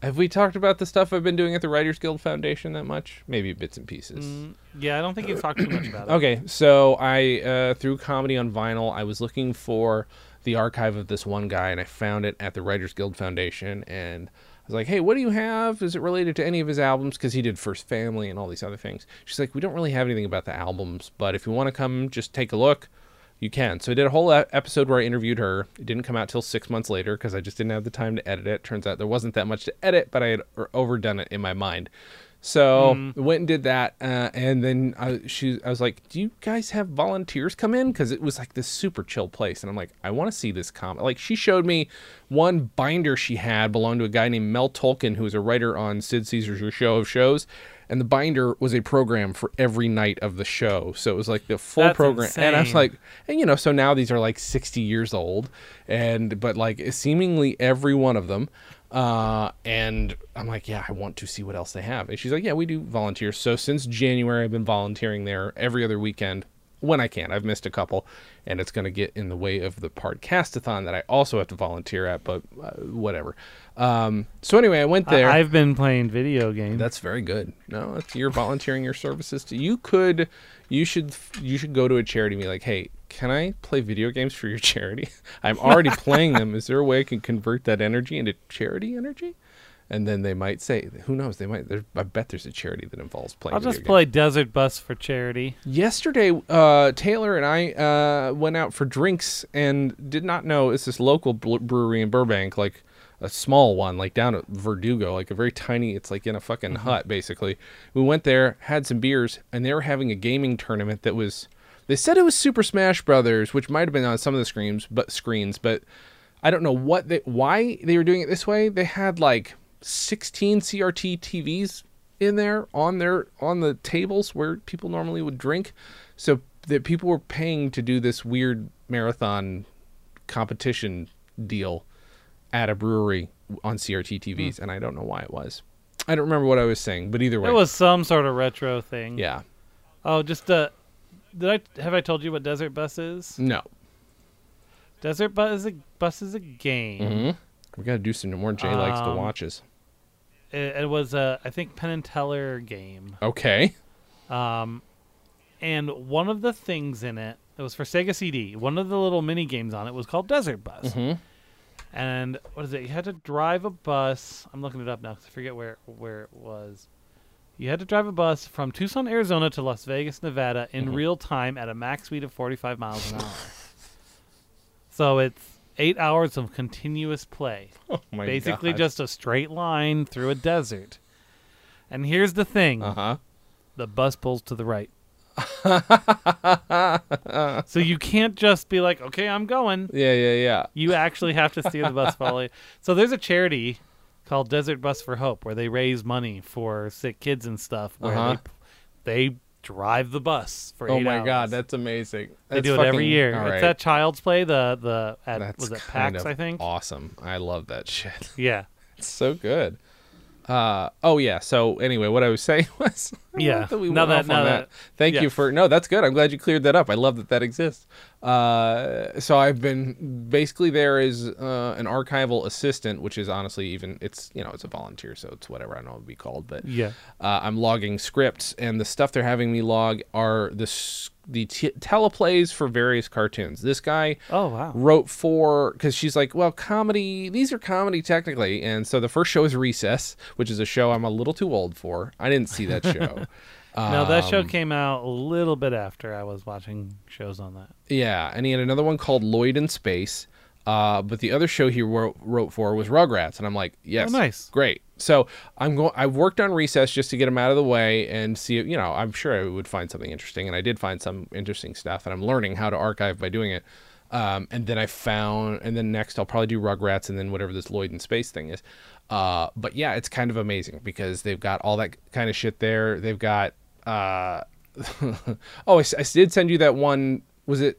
Speaker 3: have we talked about the stuff I've been doing at the Writers Guild Foundation that much? Maybe bits and pieces.
Speaker 2: Mm, Yeah, I don't think you've talked too much about it.
Speaker 3: Okay, so I uh, through comedy on vinyl, I was looking for the archive of this one guy, and I found it at the Writers Guild Foundation, and I was like, "Hey, what do you have? Is it related to any of his albums? Because he did First Family and all these other things." She's like, "We don't really have anything about the albums, but if you want to come, just take a look." You can. So I did a whole e- episode where I interviewed her. It didn't come out till six months later because I just didn't have the time to edit it. Turns out there wasn't that much to edit, but I had o- overdone it in my mind. So
Speaker 2: Mm.
Speaker 3: went and did that, uh, and then I, she, I was like, "Do you guys have volunteers come in?" Because it was like this super chill place, and I'm like, "I want to see this comic." Like she showed me one binder she had belonged to a guy named Mel Tolkien, who was a writer on Sid Caesar's Show of Shows, and the binder was a program for every night of the show. So it was like the full
Speaker 2: That's
Speaker 3: program, and I was
Speaker 2: insane.
Speaker 3: like and you know so now these are like 60 years old and but like seemingly every one of them uh and i'm like yeah i want to see what else they have and she's like yeah we do volunteer so since january i've been volunteering there every other weekend when i can i've missed a couple and it's going to get in the way of the podcastathon that i also have to volunteer at but uh, whatever um so anyway i went there
Speaker 2: I- I've been playing video games.
Speaker 3: that's very good. No, that's, you're volunteering your services to. You could, you should, you should go to a charity and be like, hey, can I play video games for your charity? I'm already playing them. Is there a way I can convert that energy into charity energy? And then they might say, who knows? They might. there- I bet there's a charity that involves playing.
Speaker 2: I'll
Speaker 3: video
Speaker 2: just
Speaker 3: games.
Speaker 2: play Desert Bus for charity.
Speaker 3: Yesterday, uh, Taylor and I uh, went out for drinks and did not know it's this local bl- brewery in Burbank, like a small one, like down at Verdugo, like a very tiny. It's like in a fucking hut, basically. We went there, had some beers, and they were having a gaming tournament that was. They said it was Super Smash Brothers, which might have been on some of the screens, but screens, but I don't know what they, why they were doing it this way. They had like 16 CRT TVs in there on their on the tables where people normally would drink, so that people were paying to do this weird marathon competition deal at a brewery on CRT TVs, and I don't know why it was. I don't remember what I was saying, but either way,
Speaker 2: Hmm. It was some sort of retro thing.
Speaker 3: yeah,
Speaker 2: Oh, just uh, did I have I told you what Desert Bus is?
Speaker 3: no,
Speaker 2: Desert Bus is a bus is a game.
Speaker 3: Mm-hmm. we got to do some more. Jay likes to
Speaker 2: Mm-hmm. Um,
Speaker 3: watches.
Speaker 2: It, it was a I think Penn and Teller game.
Speaker 3: Okay,
Speaker 2: and one of the things in it it was for Sega CD. One of the little mini games on it was called Desert Bus.
Speaker 3: Mm-hmm.
Speaker 2: And what is it? You had to drive a bus. I'm looking it up now because I forget where where it was. You had to drive a bus from Tucson, Arizona to Las Vegas, Nevada in
Speaker 3: Mm-hmm.
Speaker 2: real time at a max speed of 45 miles an hour. so it's 8 hours of continuous play
Speaker 3: Oh my
Speaker 2: basically
Speaker 3: God.
Speaker 2: just a straight line through a desert. And here's the thing:
Speaker 3: uh-huh.
Speaker 2: the bus pulls to the right, so you can't just be like, "Okay, I'm going."
Speaker 3: Yeah, yeah, yeah.
Speaker 2: You actually have to steer the bus fully. So there's a charity called Desert Bus for Hope where they raise money for sick kids and stuff. Where
Speaker 3: Uh-huh.
Speaker 2: they, they drive the bus for
Speaker 3: Oh
Speaker 2: eight
Speaker 3: my
Speaker 2: hours.
Speaker 3: God, that's amazing.
Speaker 2: they do it every year. It's at Child's Play. The the at,
Speaker 3: That's
Speaker 2: was it
Speaker 3: kind
Speaker 2: PAX?
Speaker 3: of
Speaker 2: I think.
Speaker 3: awesome. I love that shit.
Speaker 2: Yeah.
Speaker 3: It's so good. Uh, oh yeah. So anyway, what I was saying was, I
Speaker 2: Yeah.
Speaker 3: love that we
Speaker 2: Now
Speaker 3: went
Speaker 2: that-
Speaker 3: off
Speaker 2: now
Speaker 3: on that.
Speaker 2: that-
Speaker 3: Thank
Speaker 2: yeah.
Speaker 3: you for no. That's good. I'm glad you cleared that up. I love that that exists. Uh, so I've been basically there is uh, an archival assistant, which is honestly even it's you know it's a volunteer, so it's whatever I don't know what it'd be called, but
Speaker 2: Yeah.
Speaker 3: uh, I'm logging scripts, and the stuff they're having me log are the s- the t- teleplays for various cartoons. This guy
Speaker 2: Oh wow.
Speaker 3: wrote for because she's like, well, comedy. These are comedy technically, and so the first show is Recess, which is a show I'm a little too old for. I didn't see that show.
Speaker 2: Now that
Speaker 3: um,
Speaker 2: show came out a little bit after I was watching shows on that.
Speaker 3: yeah, and he had another one called Lloyd in Space. Uh, but the other show he wrote, wrote for was Rugrats, and I'm like, yes,
Speaker 2: nice.
Speaker 3: great. So I'm going. I worked on Recess just to get him out of the way and see. You know, I'm sure I would find something interesting, and I did find some interesting stuff, and I'm learning how to archive by doing it. Um, and then I found, and then next I'll probably do Rugrats, and then whatever this Lloyd in Space thing is. Uh, but yeah, it's kind of amazing because they've got all that kind of shit there. They've got. Uh, oh, I, s- I did send you that one. Was it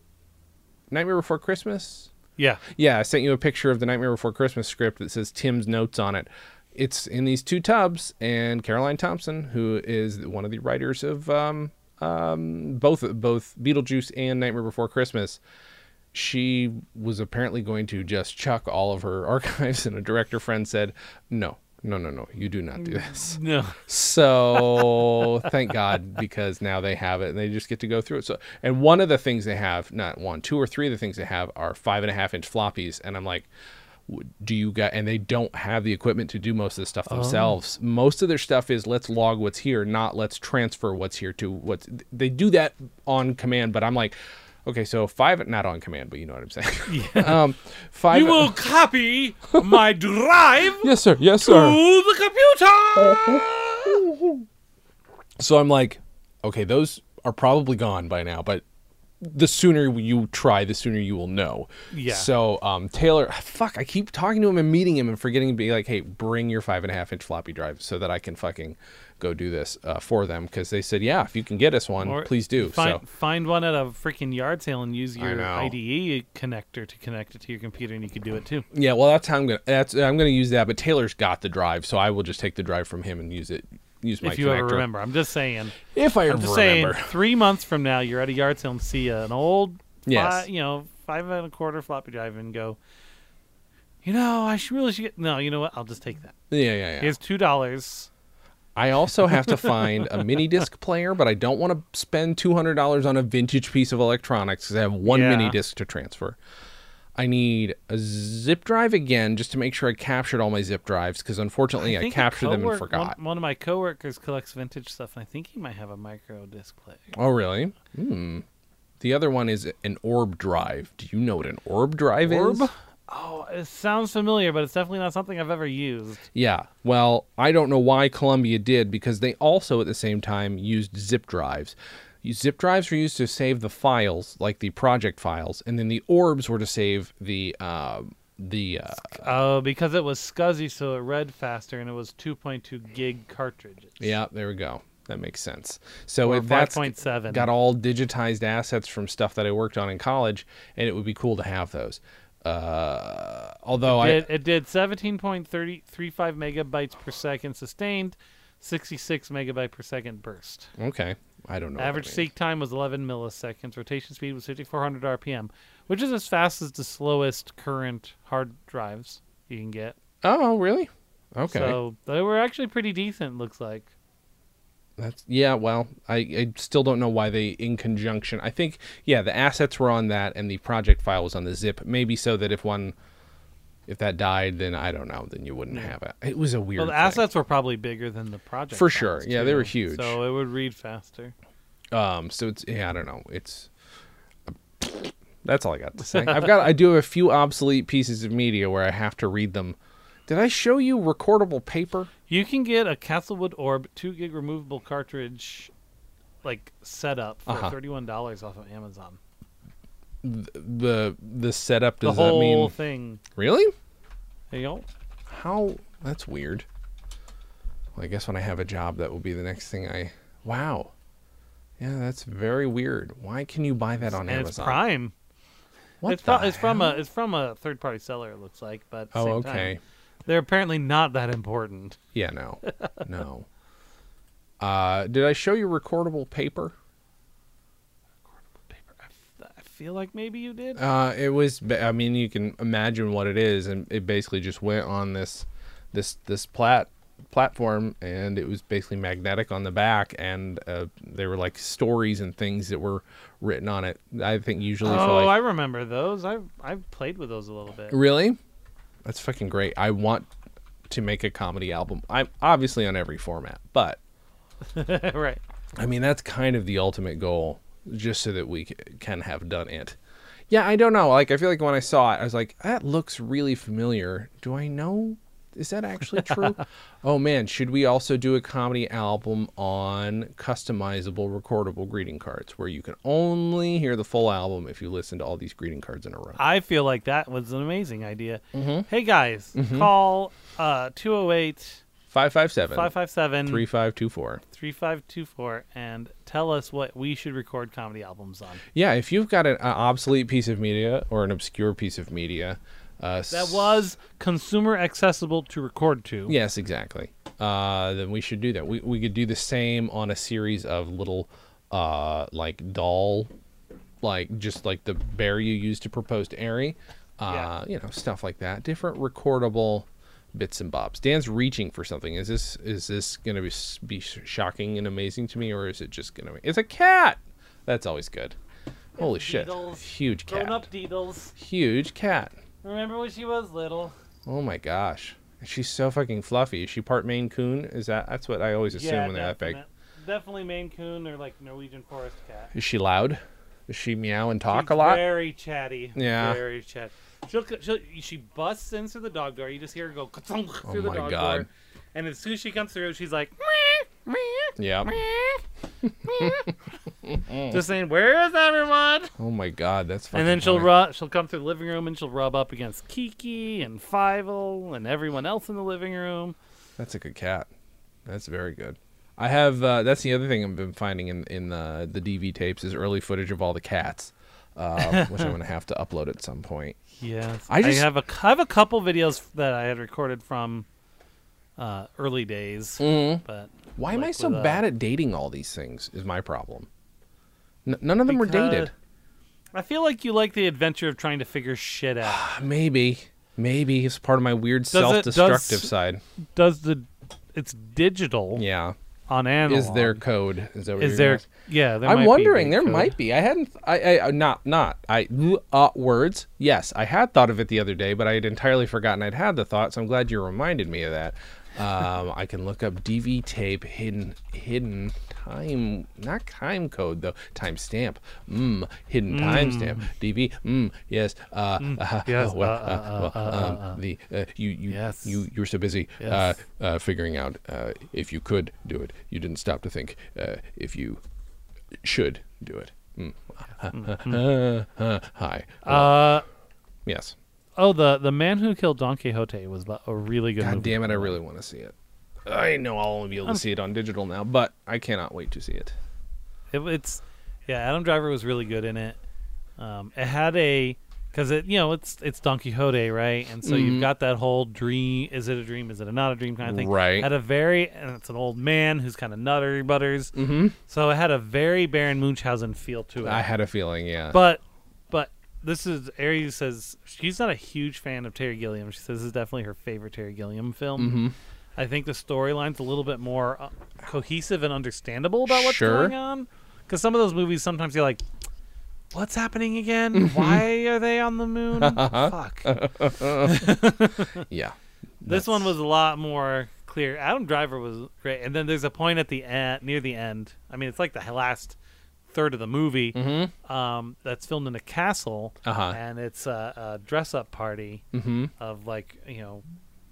Speaker 3: Nightmare Before Christmas?
Speaker 2: Yeah.
Speaker 3: Yeah, I sent you a picture of the Nightmare Before Christmas script that says Tim's notes on it. It's in these two tubs, and Caroline Thompson, who is one of the writers of um, um, both both Beetlejuice and Nightmare Before Christmas, she was apparently going to just chuck all of her archives, and a director friend said, "No, no, no, no, you do not do this."
Speaker 2: No.
Speaker 3: So thank God because now they have it and they just get to go through it. So and one of the things they have, not one, two or three of the things they have are five and a half inch floppies, and I'm like, w- do you got? And they don't have the equipment to do most of the
Speaker 2: Oh.
Speaker 3: stuff themselves. Most of their stuff is let's log what's here, not let's transfer what's here to what's. They do that on command, but I'm like. Okay, so five not on command, but you know what I'm saying. um, five.
Speaker 2: You will copy my drive
Speaker 3: yes, sir. Yes,
Speaker 2: to
Speaker 3: sir.
Speaker 2: the computer.
Speaker 3: So I'm like, okay, those are probably gone by now, but the sooner you try, the sooner you will know.
Speaker 2: Yeah.
Speaker 3: So um, Taylor, fuck, I keep talking to him and meeting him and forgetting to be like, hey, bring your five and a half inch floppy drive so that I can fucking go do this uh, for them because they said, yeah, if you can get us one,
Speaker 2: Or
Speaker 3: please do.
Speaker 2: Find
Speaker 3: so
Speaker 2: find one at a freaking yard sale and use your
Speaker 3: know.
Speaker 2: IDE connector to connect it to your computer, and you could do it too.
Speaker 3: yeah, well, that's how I'm gonna. That's I'm gonna use that. But Taylor's got the drive, so I will just take the drive from him and use it. Use my
Speaker 2: if you
Speaker 3: connector.
Speaker 2: ever remember, I'm just saying.
Speaker 3: If I
Speaker 2: I'm
Speaker 3: ever
Speaker 2: just
Speaker 3: remember.
Speaker 2: saying. Three months from now, you're at a yard sale and see an old,
Speaker 3: Yes.
Speaker 2: fi- you know, five and a quarter floppy drive, and go. You know, I should really should get. No, you know what? I'll just take that.
Speaker 3: yeah, yeah, yeah.
Speaker 2: Here's two dollars.
Speaker 3: I also have to find a mini disc player, but I don't want to spend two hundred dollars on a vintage piece of electronics because I have one
Speaker 2: Yeah.
Speaker 3: mini disc to transfer. I need a zip drive again just to make sure I captured all my zip drives because unfortunately I,
Speaker 2: think a
Speaker 3: captured them and
Speaker 2: cowork-
Speaker 3: forgot.
Speaker 2: One, one of my coworkers collects vintage stuff, and I think he might have a micro disc player.
Speaker 3: Oh really? Hmm. The other one is an orb drive. Do you know what an orb drive is?
Speaker 2: Orb? Oh, it sounds familiar, but it's definitely not something I've ever used.
Speaker 3: Yeah. Well, I don't know why Columbia did because they also at the same time used zip drives. You- Zip drives were used to save the files, like the project files, and then the orbs were to save the uh, the uh,
Speaker 2: Oh, because it was SCSI, so it read faster, and it was 2.2 gig cartridges.
Speaker 3: yeah. There we go. That makes sense. So
Speaker 2: Or
Speaker 3: if that's
Speaker 2: 5.7.
Speaker 3: got all digitized assets from stuff that I worked on in college, and it would be cool to have those. Uh, although I
Speaker 2: It, it did 17.35 megabytes per second sustained, 66 megabyte per second burst.
Speaker 3: okay, I don't know. what Oh, that
Speaker 2: Average
Speaker 3: means.
Speaker 2: seek time was 11 milliseconds. Rotation speed was 5,400 RPM, which is as fast as the slowest current hard drives you can get.
Speaker 3: Oh really? Okay.
Speaker 2: So they were actually pretty decent, looks like.
Speaker 3: That's yeah. Well, I, I still don't know why they in conjunction. I think yeah, the assets were on that, and the project file was on the zip. Maybe so that if one, if that died, then I don't know, then you wouldn't have it. It was a weird.
Speaker 2: Well, the
Speaker 3: thing.
Speaker 2: assets were probably bigger than the project.
Speaker 3: For
Speaker 2: files,
Speaker 3: sure. Yeah, they were
Speaker 2: too,
Speaker 3: huge.
Speaker 2: So it would read faster.
Speaker 3: Um, so it's yeah, I don't know. It's that's all I got to say. I've got I do have a few obsolete pieces of media where I have to read them. Did I show you recordable paper?
Speaker 2: You can get a Castlewood Orb two gig removable cartridge, like setup for
Speaker 3: Uh-huh.
Speaker 2: thirty one dollars off of Amazon.
Speaker 3: The the setup
Speaker 2: The
Speaker 3: does
Speaker 2: whole
Speaker 3: that mean
Speaker 2: thing.
Speaker 3: really?
Speaker 2: There you go.
Speaker 3: How that's weird. Well, I guess when I have a job, that will be the next thing I. Wow. Yeah, that's very weird. Why can you buy that on
Speaker 2: and
Speaker 3: Amazon?
Speaker 2: it's Prime.
Speaker 3: What
Speaker 2: it's, pro-
Speaker 3: the
Speaker 2: it's from
Speaker 3: hell?
Speaker 2: a it's from a third party seller. It looks like, but at the
Speaker 3: Oh,
Speaker 2: same
Speaker 3: okay.
Speaker 2: time, they're apparently not that important.
Speaker 3: Yeah, no, no. Uh, did I show you recordable paper?
Speaker 2: I feel like maybe you did.
Speaker 3: Uh, it was. ba- I mean, you can imagine what it is, and it basically just went on this, this, this plat platform, and it was basically magnetic on the back, and uh, there were like stories and things that were written on it. I think usually for
Speaker 2: oh,
Speaker 3: like
Speaker 2: I remember those. I've I've played with those a little bit.
Speaker 3: Really? That's fucking great. I want to make a comedy album. I'm obviously on every format, but
Speaker 2: right.
Speaker 3: I mean that's kind of the ultimate goal, just so that we c- can have done it. Yeah, I don't know. Like I feel like when I saw it, I was like, that looks really familiar. Do I know? Is that actually true? oh man, should we also do a comedy album on customizable recordable greeting cards where you can only hear the full album if you listen to all these greeting cards in a row?
Speaker 2: I feel like that was an amazing idea.
Speaker 3: Mm-hmm.
Speaker 2: Hey guys, call uh 208
Speaker 3: 557
Speaker 2: 557
Speaker 3: 3524.
Speaker 2: 3524 and tell us what we should record comedy albums on.
Speaker 3: Yeah, if you've got an uh, obsolete piece of media or an obscure piece of media, uh, s-
Speaker 2: That was consumer accessible to record to.
Speaker 3: yes, exactly. Uh, then we should do that. We we could do the same on a series of little, uh, like doll, like just like the bear you used to propose to Ari, uh, you know, stuff like that. Different recordable bits and bobs. Dan's reaching for something. Is this is this gonna be s- be sh- shocking and amazing to me, or is it just gonna be? It's a cat. That's always good. Holy shit!
Speaker 2: Beatles.
Speaker 3: Huge cat.
Speaker 2: Grown up Deedles.
Speaker 3: huge cat.
Speaker 2: Remember when she was little?
Speaker 3: Oh my gosh. And She's so fucking fluffy. Is she part Maine Coon? Is that that's what I always assume when they're that big.
Speaker 2: definite- Definitely Maine Coon or like Norwegian Forest Cat.
Speaker 3: Is she loud? Does she meow and talk
Speaker 2: She's
Speaker 3: a lot?
Speaker 2: Very chatty.
Speaker 3: Yeah.
Speaker 2: Very chatty. She'll, c- she'll, she busts in through the dog door. You just hear her go ka-thunk through the
Speaker 3: Oh my
Speaker 2: dog
Speaker 3: God.
Speaker 2: door. And as soon as she comes through, she's like,
Speaker 3: Yeah. Mm.
Speaker 2: just saying, "Where is everyone?"
Speaker 3: Oh my god, that's fucking
Speaker 2: And then she'll
Speaker 3: funny.
Speaker 2: rub, she'll come through the living room and she'll rub up against Kiki and Fivel and everyone else in the living room.
Speaker 3: That's a good cat. That's very good. I have uh, that's the other thing I've been finding in in the the DV tapes is early footage of all the cats, uh, which I'm gonna have to upload at some point.
Speaker 2: Yes,
Speaker 3: I just-
Speaker 2: have a I have a couple videos that I had recorded from uh, early days, but
Speaker 3: Why am I
Speaker 2: Like
Speaker 3: so
Speaker 2: with, uh,
Speaker 3: bad at dating all these things? Is my problem. N- none of them were
Speaker 2: Because-
Speaker 3: dated.
Speaker 2: I feel like you like the adventure of trying to figure shit out.
Speaker 3: Uh, Maybe. Maybe it's part of my weird self
Speaker 2: it-
Speaker 3: destructive
Speaker 2: does-
Speaker 3: side.
Speaker 2: Does the it's digital
Speaker 3: Yeah.
Speaker 2: on analog?
Speaker 3: Is there code? Is that what
Speaker 2: is
Speaker 3: you're
Speaker 2: there?
Speaker 3: asking?
Speaker 2: Yeah, there might
Speaker 3: I'm
Speaker 2: be
Speaker 3: wondering. There
Speaker 2: data.
Speaker 3: might be. I hadn't. I. I. Not. Not. I. Uh, words. Yes, I had thought of it the other day, but I had entirely forgotten I'd had the thought. So I'm glad you reminded me of that. Um, I can look up DV tape hidden hidden time not time code though timestamp mm hidden timestamp DV mm yes uh, uh,
Speaker 2: yes,
Speaker 3: well,
Speaker 2: uh,
Speaker 3: uh, well, um, the uh, you you
Speaker 2: Yes.
Speaker 3: you you were so busy
Speaker 2: Yes.
Speaker 3: uh, uh, figuring out uh, if you could do it. You didn't stop to think uh, if you should do it. Mm. Uh, uh, hi.
Speaker 2: Mm-hmm. Uh,
Speaker 3: yes.
Speaker 2: oh, the the man who killed Don Quixote was a really good
Speaker 3: God
Speaker 2: movie. Um,
Speaker 3: damn it! I really want to see it. I know I'll only be able to see it on digital now, but I cannot wait to see it.
Speaker 2: It, it's yeah, Adam Driver was really good in it. Um, it had a because it you know it's it's Don Quixote right, and so
Speaker 3: Mm-hmm.
Speaker 2: you've got that whole dream. Is it a dream? Is it a not a dream kind of thing?
Speaker 3: Right.
Speaker 2: Had a very and it's an old man who's kind of nutter butters. Mm-hmm. So it had a very Baron Munchausen feel to it.
Speaker 3: I had a feeling, yeah.
Speaker 2: but but this is Aries
Speaker 3: Mm-hmm.
Speaker 2: says she's not a huge fan of Terry Gilliam. She says this is definitely her favorite Terry Gilliam film. I think the storyline's a little bit more uh, cohesive and understandable about what's
Speaker 3: Sure.
Speaker 2: going on. Because some of those movies, sometimes you're like, "What's happening again?
Speaker 3: Mm-hmm.
Speaker 2: Why are they on the moon? Fuck."
Speaker 3: Yeah.
Speaker 2: This one was a lot more clear. Adam Driver was great, and then there's a point at the end, near the end. I mean, it's like the last third of the movie um, that's filmed in a castle,
Speaker 3: Mm-hmm. Uh-huh.
Speaker 2: and it's a, a dress-up party
Speaker 3: Mhm.
Speaker 2: of like you know,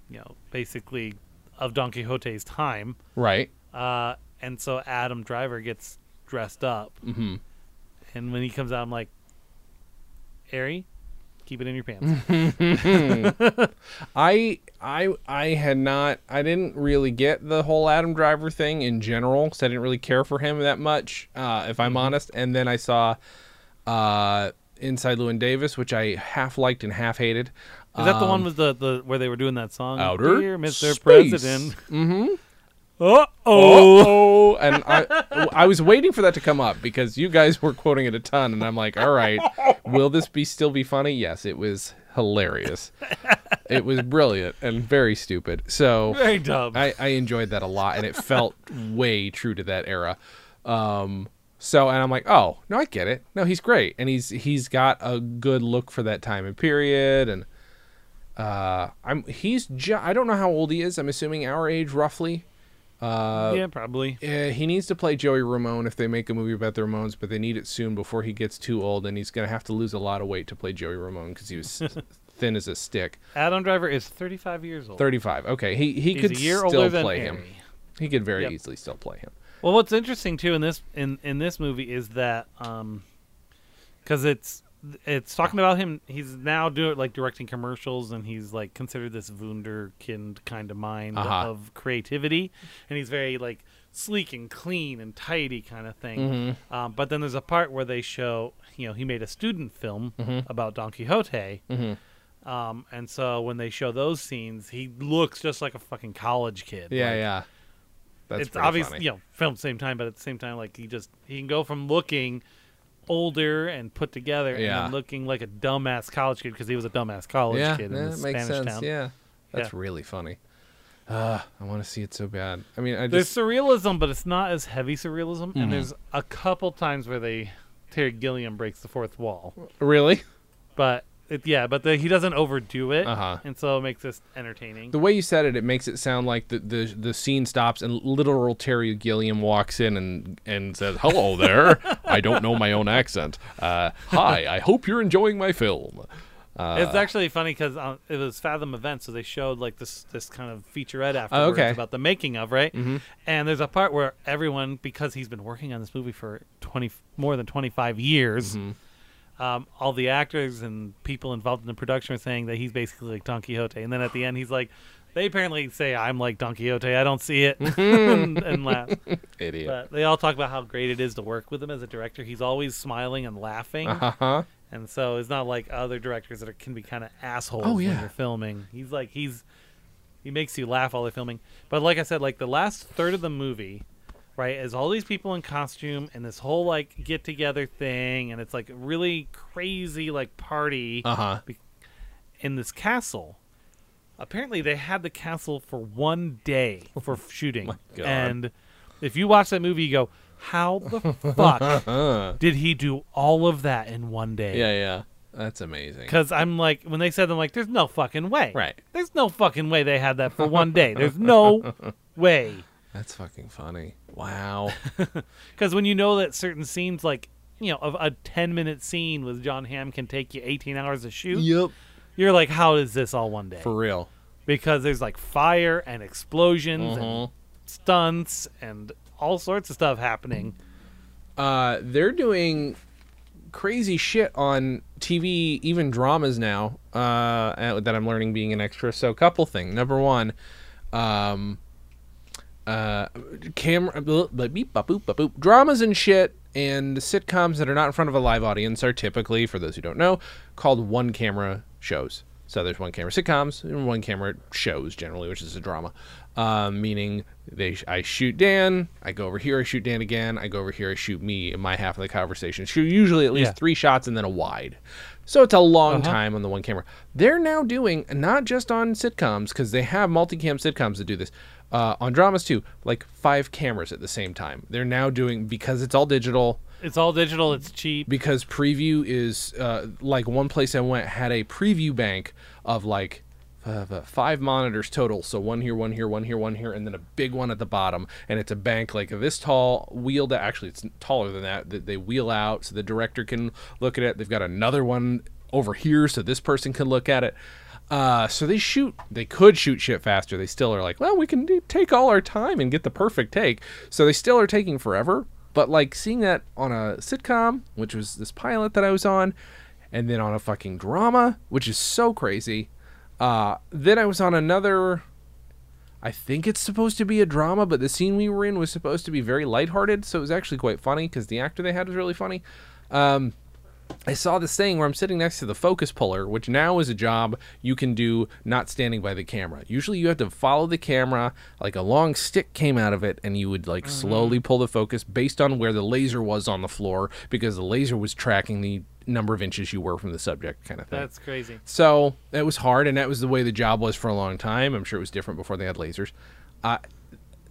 Speaker 2: you know, basically of Don Quixote's time.
Speaker 3: Right.
Speaker 2: Uh, and so Adam Driver gets dressed up,
Speaker 3: Mm-hmm.
Speaker 2: and when he comes out, I'm like, Ari, keep it in your pants.
Speaker 3: I I I had not I didn't really get the whole Adam Driver thing in general because I didn't really care for him that much, uh, if I'm honest. And then I saw uh, Inside Llewyn Davis, which I half liked and half hated.
Speaker 2: Is that the one with the, the where they were doing that song?
Speaker 3: Um, Outer
Speaker 2: Dear Mr.
Speaker 3: space.
Speaker 2: President. Mm-hmm. Uh oh.
Speaker 3: Oh, and I I was waiting for that to come up because you guys were quoting it a ton, and I'm like, all right, will this be still be funny? Yes, it was hilarious. It was brilliant and very stupid. So
Speaker 2: Very dumb.
Speaker 3: I, I enjoyed that a lot, and it felt way true to that era. Um, so, and I'm like, oh no, I get it. No, he's great, and he's he's got a good look for that time and period. And uh, I'm he's ju- I don't know how old he is. I'm assuming our age roughly.
Speaker 2: yeah, probably.
Speaker 3: Uh, he needs to play Joey Ramone if they make a movie about the Ramones, but they need it soon before he gets too old, and he's gonna have to lose a lot of weight to play Joey Ramone because he was thin as a stick.
Speaker 2: Adam Driver is 35 years old.
Speaker 3: Thirty-five. Okay, he he
Speaker 2: He's
Speaker 3: could
Speaker 2: a year
Speaker 3: still
Speaker 2: older than
Speaker 3: play him.
Speaker 2: Harry.
Speaker 3: He could very
Speaker 2: Yep.
Speaker 3: easily still play him.
Speaker 2: Well, what's interesting too in this in in this movie is that um, because it's it's talking about him. He's now doing like directing commercials, and he's like considered this wunderkind kind of mind
Speaker 3: Uh-huh.
Speaker 2: of creativity, and he's very like sleek and clean and tidy kind of thing.
Speaker 3: Mm-hmm.
Speaker 2: Um, but then there's a part where they show you know he made a student film
Speaker 3: Mm-hmm.
Speaker 2: about Don Quixote. Um, and so when they show those scenes, he looks just like a fucking college kid.
Speaker 3: Yeah,
Speaker 2: like,
Speaker 3: yeah. That's
Speaker 2: it's
Speaker 3: pretty
Speaker 2: obvious,
Speaker 3: funny.
Speaker 2: you know, filmed same time, but at the same time, like he just he can go from looking older and put together and
Speaker 3: Yeah.
Speaker 2: then looking like a dumbass college kid because he was a dumbass college
Speaker 3: yeah,
Speaker 2: kid
Speaker 3: yeah,
Speaker 2: in
Speaker 3: that
Speaker 2: this
Speaker 3: makes
Speaker 2: Spanish
Speaker 3: sense.
Speaker 2: town.
Speaker 3: Yeah, that's
Speaker 2: Yeah.
Speaker 3: really funny. Uh, I want to see it so bad. I mean, I
Speaker 2: There's
Speaker 3: just
Speaker 2: surrealism, but it's not as heavy surrealism.
Speaker 3: Mm-hmm.
Speaker 2: And there's a couple times where they Terry Gilliam breaks the fourth wall,
Speaker 3: really
Speaker 2: but it, yeah, but the, he doesn't overdo it,
Speaker 3: Uh-huh.
Speaker 2: and so it makes this entertaining.
Speaker 3: the way you said it, it makes it sound like the the, the scene stops and literal Terry Gilliam walks in and and says, "Hello there. I don't know my own accent. Uh, hi, I hope you're enjoying my film."
Speaker 2: it's actually funny because uh, it was Fathom Events, so they showed like this this kind of featurette afterwards
Speaker 3: okay.
Speaker 2: about the making of, right? And there's a part where everyone, because he's been working on this movie for twenty more than twenty five years, um, all the actors and people involved in the production are saying that he's basically like Don Quixote, and then at the end he's like, they apparently say I'm like Don Quixote, I don't see it, and, and laugh.
Speaker 3: Idiot.
Speaker 2: But they all talk about how great it is to work with him as a director. He's always smiling and laughing.
Speaker 3: Uh-huh. huh?
Speaker 2: And so it's not like other directors that are, can be kind of assholes
Speaker 3: Oh,
Speaker 2: when
Speaker 3: yeah.
Speaker 2: you're filming. He's like he's he makes you laugh while they're filming. But like I said, like the last third of the movie, right, is all these people in costume and this whole like get together thing, and it's like a really crazy like party
Speaker 3: Uh huh.
Speaker 2: in this castle. Apparently, they had the castle for one day for shooting.
Speaker 3: Oh God.
Speaker 2: And if you watch that movie, you go, "How the fuck did he do all of that in one day?"
Speaker 3: Yeah, yeah. That's amazing.
Speaker 2: Because I'm like, when they said, I'm like, there's no fucking way.
Speaker 3: Right.
Speaker 2: There's no fucking way they had that for one day. There's no way.
Speaker 3: That's fucking funny. Wow.
Speaker 2: Because when you know that certain scenes, like, you know, of a 10 minute scene with John Hamm can take you 18 hours to shoot,
Speaker 3: yep.
Speaker 2: you're like, how is this all one day?
Speaker 3: For real.
Speaker 2: because there's like fire and explosions and
Speaker 3: Mhm.
Speaker 2: stunts and all sorts of stuff happening.
Speaker 3: uh, they're doing crazy shit on TV, even dramas now uh, uh, that I'm learning being an extra. So, couple thing. Number one, um, uh, camera blah, blah, beep, bop, boop, bop, boop. dramas and shit and sitcoms that are not in front of a live audience are typically, for those who don't know, called one camera shows. So there's one camera sitcoms and one camera shows generally, which is a drama, um, meaning they sh- I shoot Dan, I go over here, I shoot Dan again, I go over here, I shoot me in my half of the conversation. Shoot usually at least
Speaker 2: Yeah.
Speaker 3: three shots and then a wide. So it's a long
Speaker 2: Uh-huh.
Speaker 3: time on the one camera. They're now doing not just on sitcoms because they have multicam sitcoms that do this. Uh, on dramas too, like five cameras at the same time. They're now doing because it's all digital
Speaker 2: It's all digital. It's cheap.
Speaker 3: because preview is uh, like one place I went had a preview bank of like uh, the five monitors total. So one here, one here, one here, one here, and then a big one at the bottom. And it's a bank like this tall, wheeled. Actually, it's taller than that. That they wheel out so the director can look at it. They've got another one over here so this person can look at it. Uh, so they shoot. They could shoot shit faster. They still are like, well, we can do, take all our time and get the perfect take. So they still are taking forever. But like seeing that on a sitcom, which was this pilot that I was on, and then on a fucking drama, which is so crazy. Uh, then I was on another. I think it's supposed to be a drama, but the scene we were in was supposed to be very lighthearted, so it was actually quite funny because the actor they had was really funny. Um, I saw this thing where I'm sitting next to the focus puller, which now is a job you can do not standing by the camera. Usually you have to follow the camera, like a long stick came out of it, and you would like slowly pull the focus based on where the laser was on the floor because the laser was tracking the number of inches you were from the subject kind of thing.
Speaker 2: That's crazy.
Speaker 3: So that was hard, and that was the way the job was for a long time. I'm sure it was different before they had lasers. Uh,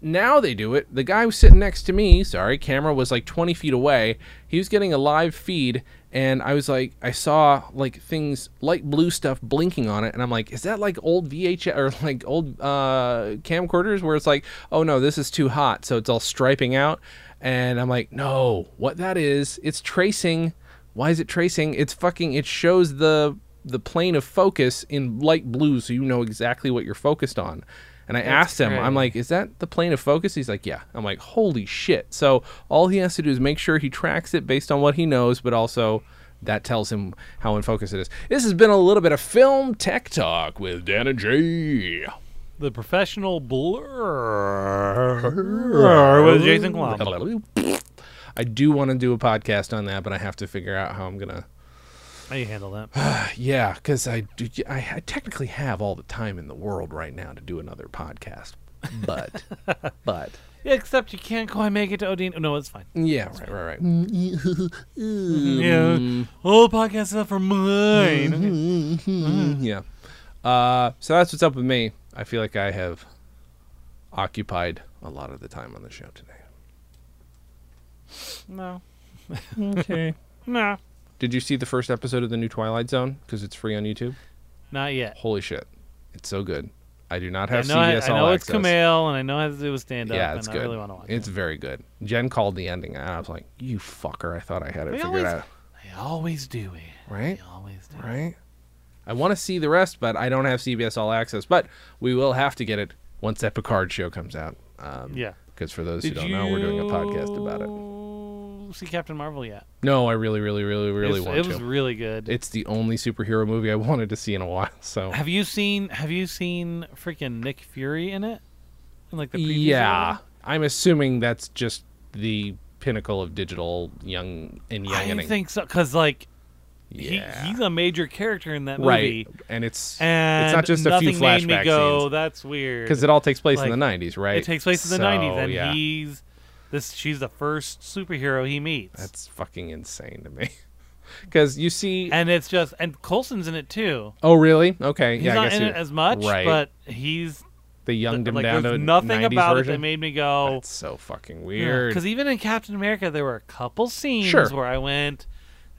Speaker 3: now they do it. The guy was sitting next to me, sorry, camera was like 20 feet away. He was getting a live feed, and I was like, I saw like things, light blue stuff blinking on it, and I'm like, is that like old VHS or like old uh, camcorders where it's like, oh no, this is too hot, so it's all striping out? And I'm like, no, what that is, it's tracing why is it tracing it's fucking it shows the the plane of focus in light blue so you know exactly what you're focused on and i asked him i'm
Speaker 2: crazy.
Speaker 3: like is that the plane of focus he's like yeah i'm like holy shit so all he has to do is make sure he tracks it based on what he knows but also that tells him how in focus it is this has been a little bit of film tech talk with dan and jay
Speaker 2: The professional blur with Jason Klum.
Speaker 3: i do want to do a podcast on that but i have to figure out how i'm gonna
Speaker 2: How you handle that?
Speaker 3: Yeah, because I, do- I I technically have all the time in the world right now to do another podcast, but but
Speaker 2: Except you can't quite make it to Odin. No, it's fine.
Speaker 3: yeah, right, right, right.
Speaker 2: Yeah, whole podcast stuff for mine. Okay. Mm.
Speaker 3: Yeah. Uh, so that's what's up with me. I feel like I have occupied a lot of the time on the show today.
Speaker 2: No,
Speaker 3: Okay.
Speaker 2: no,
Speaker 3: Did you see the first episode of the new Twilight Zone? Because it's free on YouTube.
Speaker 2: not yet.
Speaker 3: Holy shit, it's so good. I do not
Speaker 2: I
Speaker 3: have
Speaker 2: know, I,
Speaker 3: CBS
Speaker 2: I
Speaker 3: All
Speaker 2: know it's
Speaker 3: Access.
Speaker 2: Kumail, and I know it has to do with stand up.
Speaker 3: yeah, it's
Speaker 2: and
Speaker 3: good.
Speaker 2: I really want to watch
Speaker 3: it's
Speaker 2: it.
Speaker 3: very good. Jen called the ending, and I was like, "You fucker! I thought I had it
Speaker 2: They
Speaker 3: figured
Speaker 2: always-
Speaker 3: out."
Speaker 2: They always do it.
Speaker 3: Right?
Speaker 2: They always do. It.
Speaker 3: right? I want to see the rest, but I don't have CBS All Access. But we will have to get it once that Picard show comes out. Um,
Speaker 2: Yeah.
Speaker 3: Because for those who don't know, we're doing a podcast about it.
Speaker 2: it. See Captain Marvel yet?
Speaker 3: No, I really, really, really, really
Speaker 2: It's-
Speaker 3: want
Speaker 2: it was
Speaker 3: to.
Speaker 2: really good.
Speaker 3: It's the only superhero movie I wanted to see in a while. So
Speaker 2: have you seen Have you seen freaking Nick Fury in it? In like the previews or
Speaker 3: yeah,
Speaker 2: whatever?
Speaker 3: I'm assuming that's just the pinnacle of digital young and young.
Speaker 2: I think so because like
Speaker 3: yeah,
Speaker 2: he, he's a major character in that
Speaker 3: right.
Speaker 2: movie,
Speaker 3: And it's
Speaker 2: and
Speaker 3: it's not just a few
Speaker 2: nothing
Speaker 3: flashback
Speaker 2: made me go,
Speaker 3: scenes
Speaker 2: That's weird
Speaker 3: because it all takes place
Speaker 2: like,
Speaker 3: in the 90s, right?
Speaker 2: It takes place in the
Speaker 3: So,
Speaker 2: '90s, and
Speaker 3: yeah.
Speaker 2: he's this. She's the first superhero he meets,
Speaker 3: That's fucking insane to me. Because you see,
Speaker 2: and it's just and Colson's in it too.
Speaker 3: oh really? Okay,
Speaker 2: He's
Speaker 3: yeah, I
Speaker 2: not
Speaker 3: guess
Speaker 2: in
Speaker 3: you-
Speaker 2: it as much,
Speaker 3: right.
Speaker 2: but he's
Speaker 3: they younged him
Speaker 2: like
Speaker 3: down to
Speaker 2: there's
Speaker 3: a
Speaker 2: nothing
Speaker 3: 90s
Speaker 2: about
Speaker 3: version.
Speaker 2: it that made me go.
Speaker 3: That's so fucking weird.
Speaker 2: Because even in Captain America, there were a couple scenes
Speaker 3: Sure.
Speaker 2: where I went,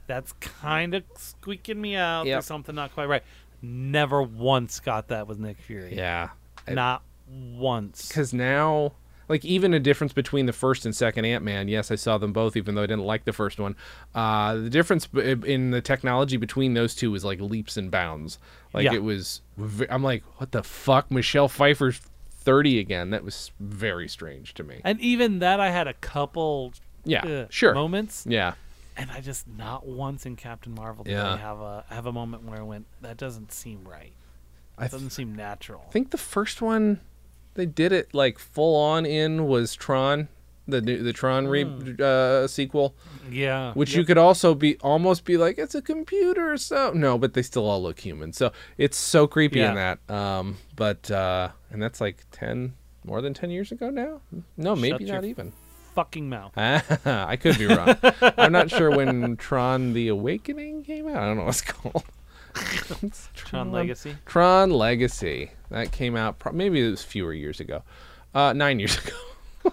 Speaker 2: "That's kind of squeaking me out.
Speaker 3: Yep.
Speaker 2: There's something not quite right." Never once got that with Nick Fury.
Speaker 3: yeah,
Speaker 2: not once.
Speaker 3: because now, like, even a difference between the first and second Ant Man. Yes, I saw them both, even though I didn't like the first one. Uh, the difference b- in the technology between those two was like leaps and bounds. Like
Speaker 2: Yeah.
Speaker 3: it was. v- I'm like, what the fuck, Michelle Pfeiffer's 30 again? That was very strange to me.
Speaker 2: And even that, I had a couple
Speaker 3: Yeah,
Speaker 2: uh,
Speaker 3: sure.
Speaker 2: moments,
Speaker 3: Yeah.
Speaker 2: and I just not once in Captain Marvel did
Speaker 3: Yeah.
Speaker 2: I have a have a moment where I went, "That doesn't seem right.
Speaker 3: I
Speaker 2: That doesn't seem natural."
Speaker 3: I think the first one they did it like full on in was Tron, the new- the Tron re-
Speaker 2: Hmm.
Speaker 3: uh, sequel,
Speaker 2: Yeah.
Speaker 3: which you could also be almost be like it's a computer or so. No, but they still all look human. So it's so creepy in
Speaker 2: Yeah.
Speaker 3: that. Um, but uh, and that's like ten more than ten years ago now. No, maybe
Speaker 2: your
Speaker 3: not even.
Speaker 2: fucking mouth.
Speaker 3: I could be wrong. I'm not sure when Tron: The Awakening came out. I don't know what's called. It's
Speaker 2: Tron Legacy.
Speaker 3: Tron Legacy. That came out pro- maybe it was fewer years ago. Uh, nine years ago.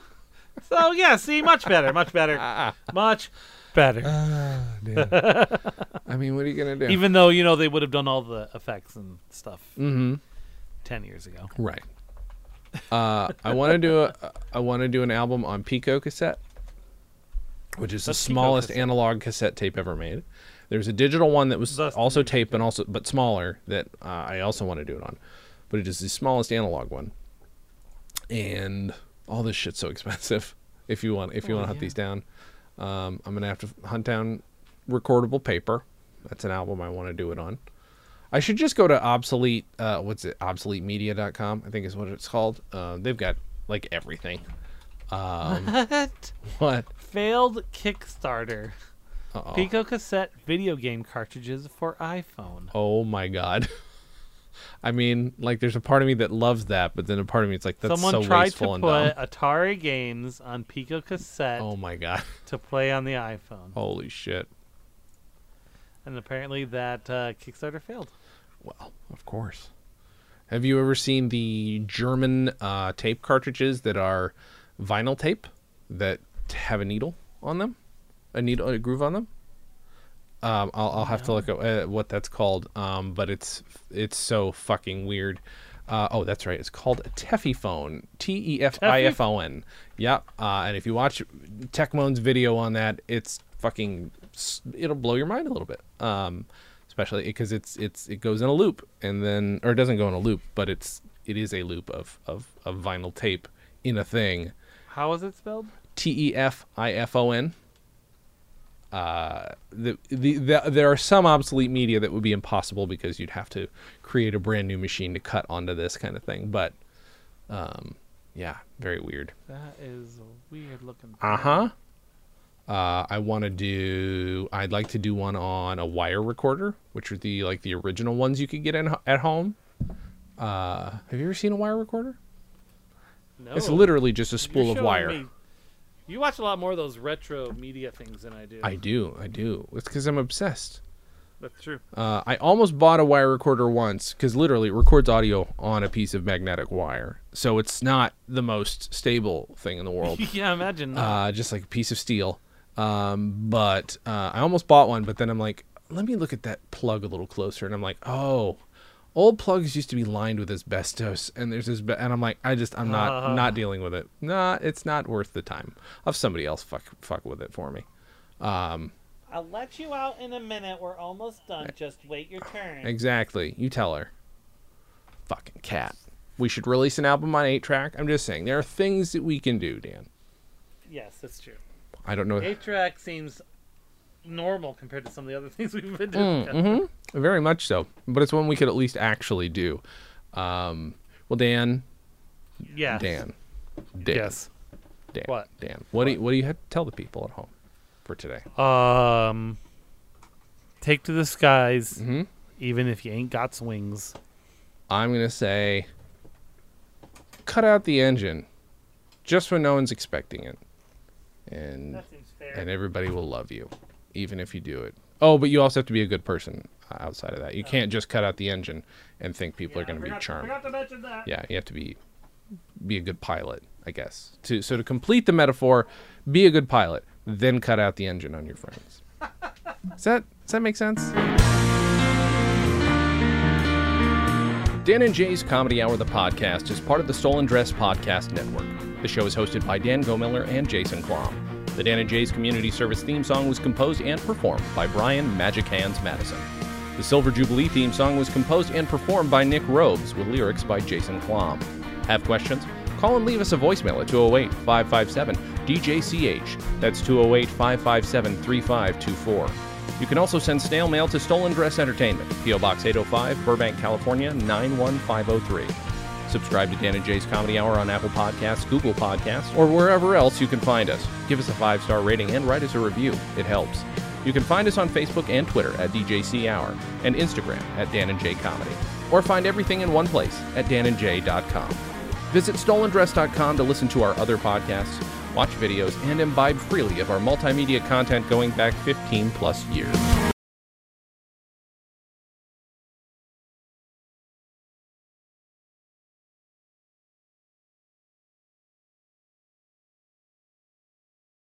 Speaker 2: So yeah, see, much better, much
Speaker 3: Ah.
Speaker 2: better, much better.
Speaker 3: I mean, what are you gonna do?
Speaker 2: Even though you know they would have done all the effects and stuff
Speaker 3: mm-hmm.
Speaker 2: ten years ago.
Speaker 3: Right. Uh, I want to do a, I want to do an album on Pico cassette, which is
Speaker 2: What's
Speaker 3: the
Speaker 2: Pico
Speaker 3: smallest
Speaker 2: cassette?
Speaker 3: analog cassette tape ever made. There's a digital one that was
Speaker 2: That's
Speaker 3: also tape and also but smaller that uh, I also want to do it on, but it is the smallest analog one. And all this shit's so expensive. If you want, if you want to hunt these down, um, I'm gonna have to hunt down recordable paper. That's an album I want to do it on. I should just go to obsolete. Uh, what's it? Obsoletemedia.com. I think is what it's called. Uh, they've got like everything.
Speaker 2: What?
Speaker 3: What?
Speaker 2: Failed Kickstarter.
Speaker 3: Uh-oh.
Speaker 2: Pico cassette video game cartridges for iPhone.
Speaker 3: Oh my god. I mean, like, there's a part of me that loves that, but then a part of me it's like that's
Speaker 2: Someone
Speaker 3: so
Speaker 2: tried to
Speaker 3: wasteful
Speaker 2: put
Speaker 3: and dumb.
Speaker 2: Atari games on Pico cassette
Speaker 3: Oh my god.
Speaker 2: to play on the iPhone,
Speaker 3: Holy shit.
Speaker 2: and apparently that uh, Kickstarter failed.
Speaker 3: Well, of course. Have you ever seen the German uh, tape cartridges that are vinyl tape that have a needle on them, a needle, a groove on them? Um, I'll, I'll have to look up uh, what that's called, um, but it's it's so fucking weird. Uh, oh, that's right. It's called a Teffy phone. T E F I F O N. Yep. Uh, and if you watch Techmoan's video on that, it's fucking. s- It'll blow your mind a little bit. Um, especially because it's it's it goes in a loop and then or it doesn't go in a loop, but it's it is a loop of of, of vinyl tape in a thing.
Speaker 2: How is it spelled?
Speaker 3: T E F I F O N. Uh, the, the, the, there are some obsolete media that would be impossible because you'd have to create a brand new machine to cut onto this kind of thing. But, um, yeah, very weird.
Speaker 2: That is a weird looking.
Speaker 3: Uh-huh. Uh I want to do. I'd like to do one on a wire recorder, which are the like the original ones you could get in, at home. Uh, have you ever seen a wire recorder?
Speaker 2: No.
Speaker 3: It's literally just
Speaker 2: Oh.
Speaker 3: a
Speaker 2: You're
Speaker 3: spool of
Speaker 2: showing
Speaker 3: wire.
Speaker 2: me- You watch a lot more of those retro media things than I do.
Speaker 3: I do, I do. It's because I'm obsessed.
Speaker 2: That's true.
Speaker 3: Uh, I almost bought a wire recorder once because literally it records audio on a piece of magnetic wire, so it's not the most stable thing in the world.
Speaker 2: yeah, imagine. that.
Speaker 3: Oh. uh, just like a piece of steel. Um, but uh, I almost bought one, but then I'm like, let me look at that plug a little closer, and I'm like, oh, old plugs used to be lined with asbestos, and there's this, and I'm like, I just, I'm not, not dealing with it. Nah, it's not worth the time. I'll have somebody else fuck, fuck with it for me.
Speaker 4: I'll let you out in a minute. We're almost done. Just wait your turn.
Speaker 3: Exactly. You tell her. Fucking cat. We should release an album on eight track. I'm just saying, there are things that we can do, Dan.
Speaker 2: yes, that's true.
Speaker 3: I don't know.
Speaker 2: Eight track seems normal compared to some of the other things we've been doing.
Speaker 3: Mm, mm-hmm. Very much so. But it's one we could at least actually do. Um, well, Dan,
Speaker 2: Yeah.
Speaker 3: Dan, Dan,
Speaker 2: Yes.
Speaker 3: Dan,
Speaker 2: What?
Speaker 3: Dan, what, do you, what do you have to tell the people at home for today?
Speaker 2: Um, take to the skies,
Speaker 3: Mhm.
Speaker 2: even if you ain't got swings.
Speaker 3: I'm gonna say, cut out the engine, just when no one's expecting it, and
Speaker 4: That seems fair.
Speaker 3: and everybody will love you, even if you do it. Oh, but you also have to be a good person uh, outside of that. You can't just cut out the engine and think people are
Speaker 4: Yeah,
Speaker 3: going to be
Speaker 4: forgot-
Speaker 3: charmed.
Speaker 4: Forgot to mention that.
Speaker 3: yeah, you have to be be a good pilot, I guess. To so to complete the metaphor, be a good pilot, then cut out the engine on your friends. does that does that make sense? Dan and Jay's Comedy Hour, the podcast, is part of the Stolen Dress Podcast Network. The show is hosted by Dan Gomiller and Jason Klom. The Dan and Jay's Community Service theme song was composed and performed by Brian Magic Hands Madison. The Silver Jubilee theme song was composed and performed by Nick Robes with lyrics by Jason Klom. Have questions? Call and leave us a voicemail at 208 557 DJCH. That's 208 557 3524. You can also send snail mail oh to Stolen Dress Entertainment, P.O. Box 805, Burbank, California 91503. Subscribe to Dan and Jay's Comedy Hour on Apple Podcasts, Google Podcasts, or wherever else you can find us. Give us a five star rating and write us a review, it helps. You can find us on Facebook and Twitter at DJC Hour and Instagram at Dan and Jay Comedy. Or find everything in one place at danandjay.com. Visit stolendress.com to listen to our other podcasts, watch videos, and imbibe freely of our multimedia content going back 15 plus years.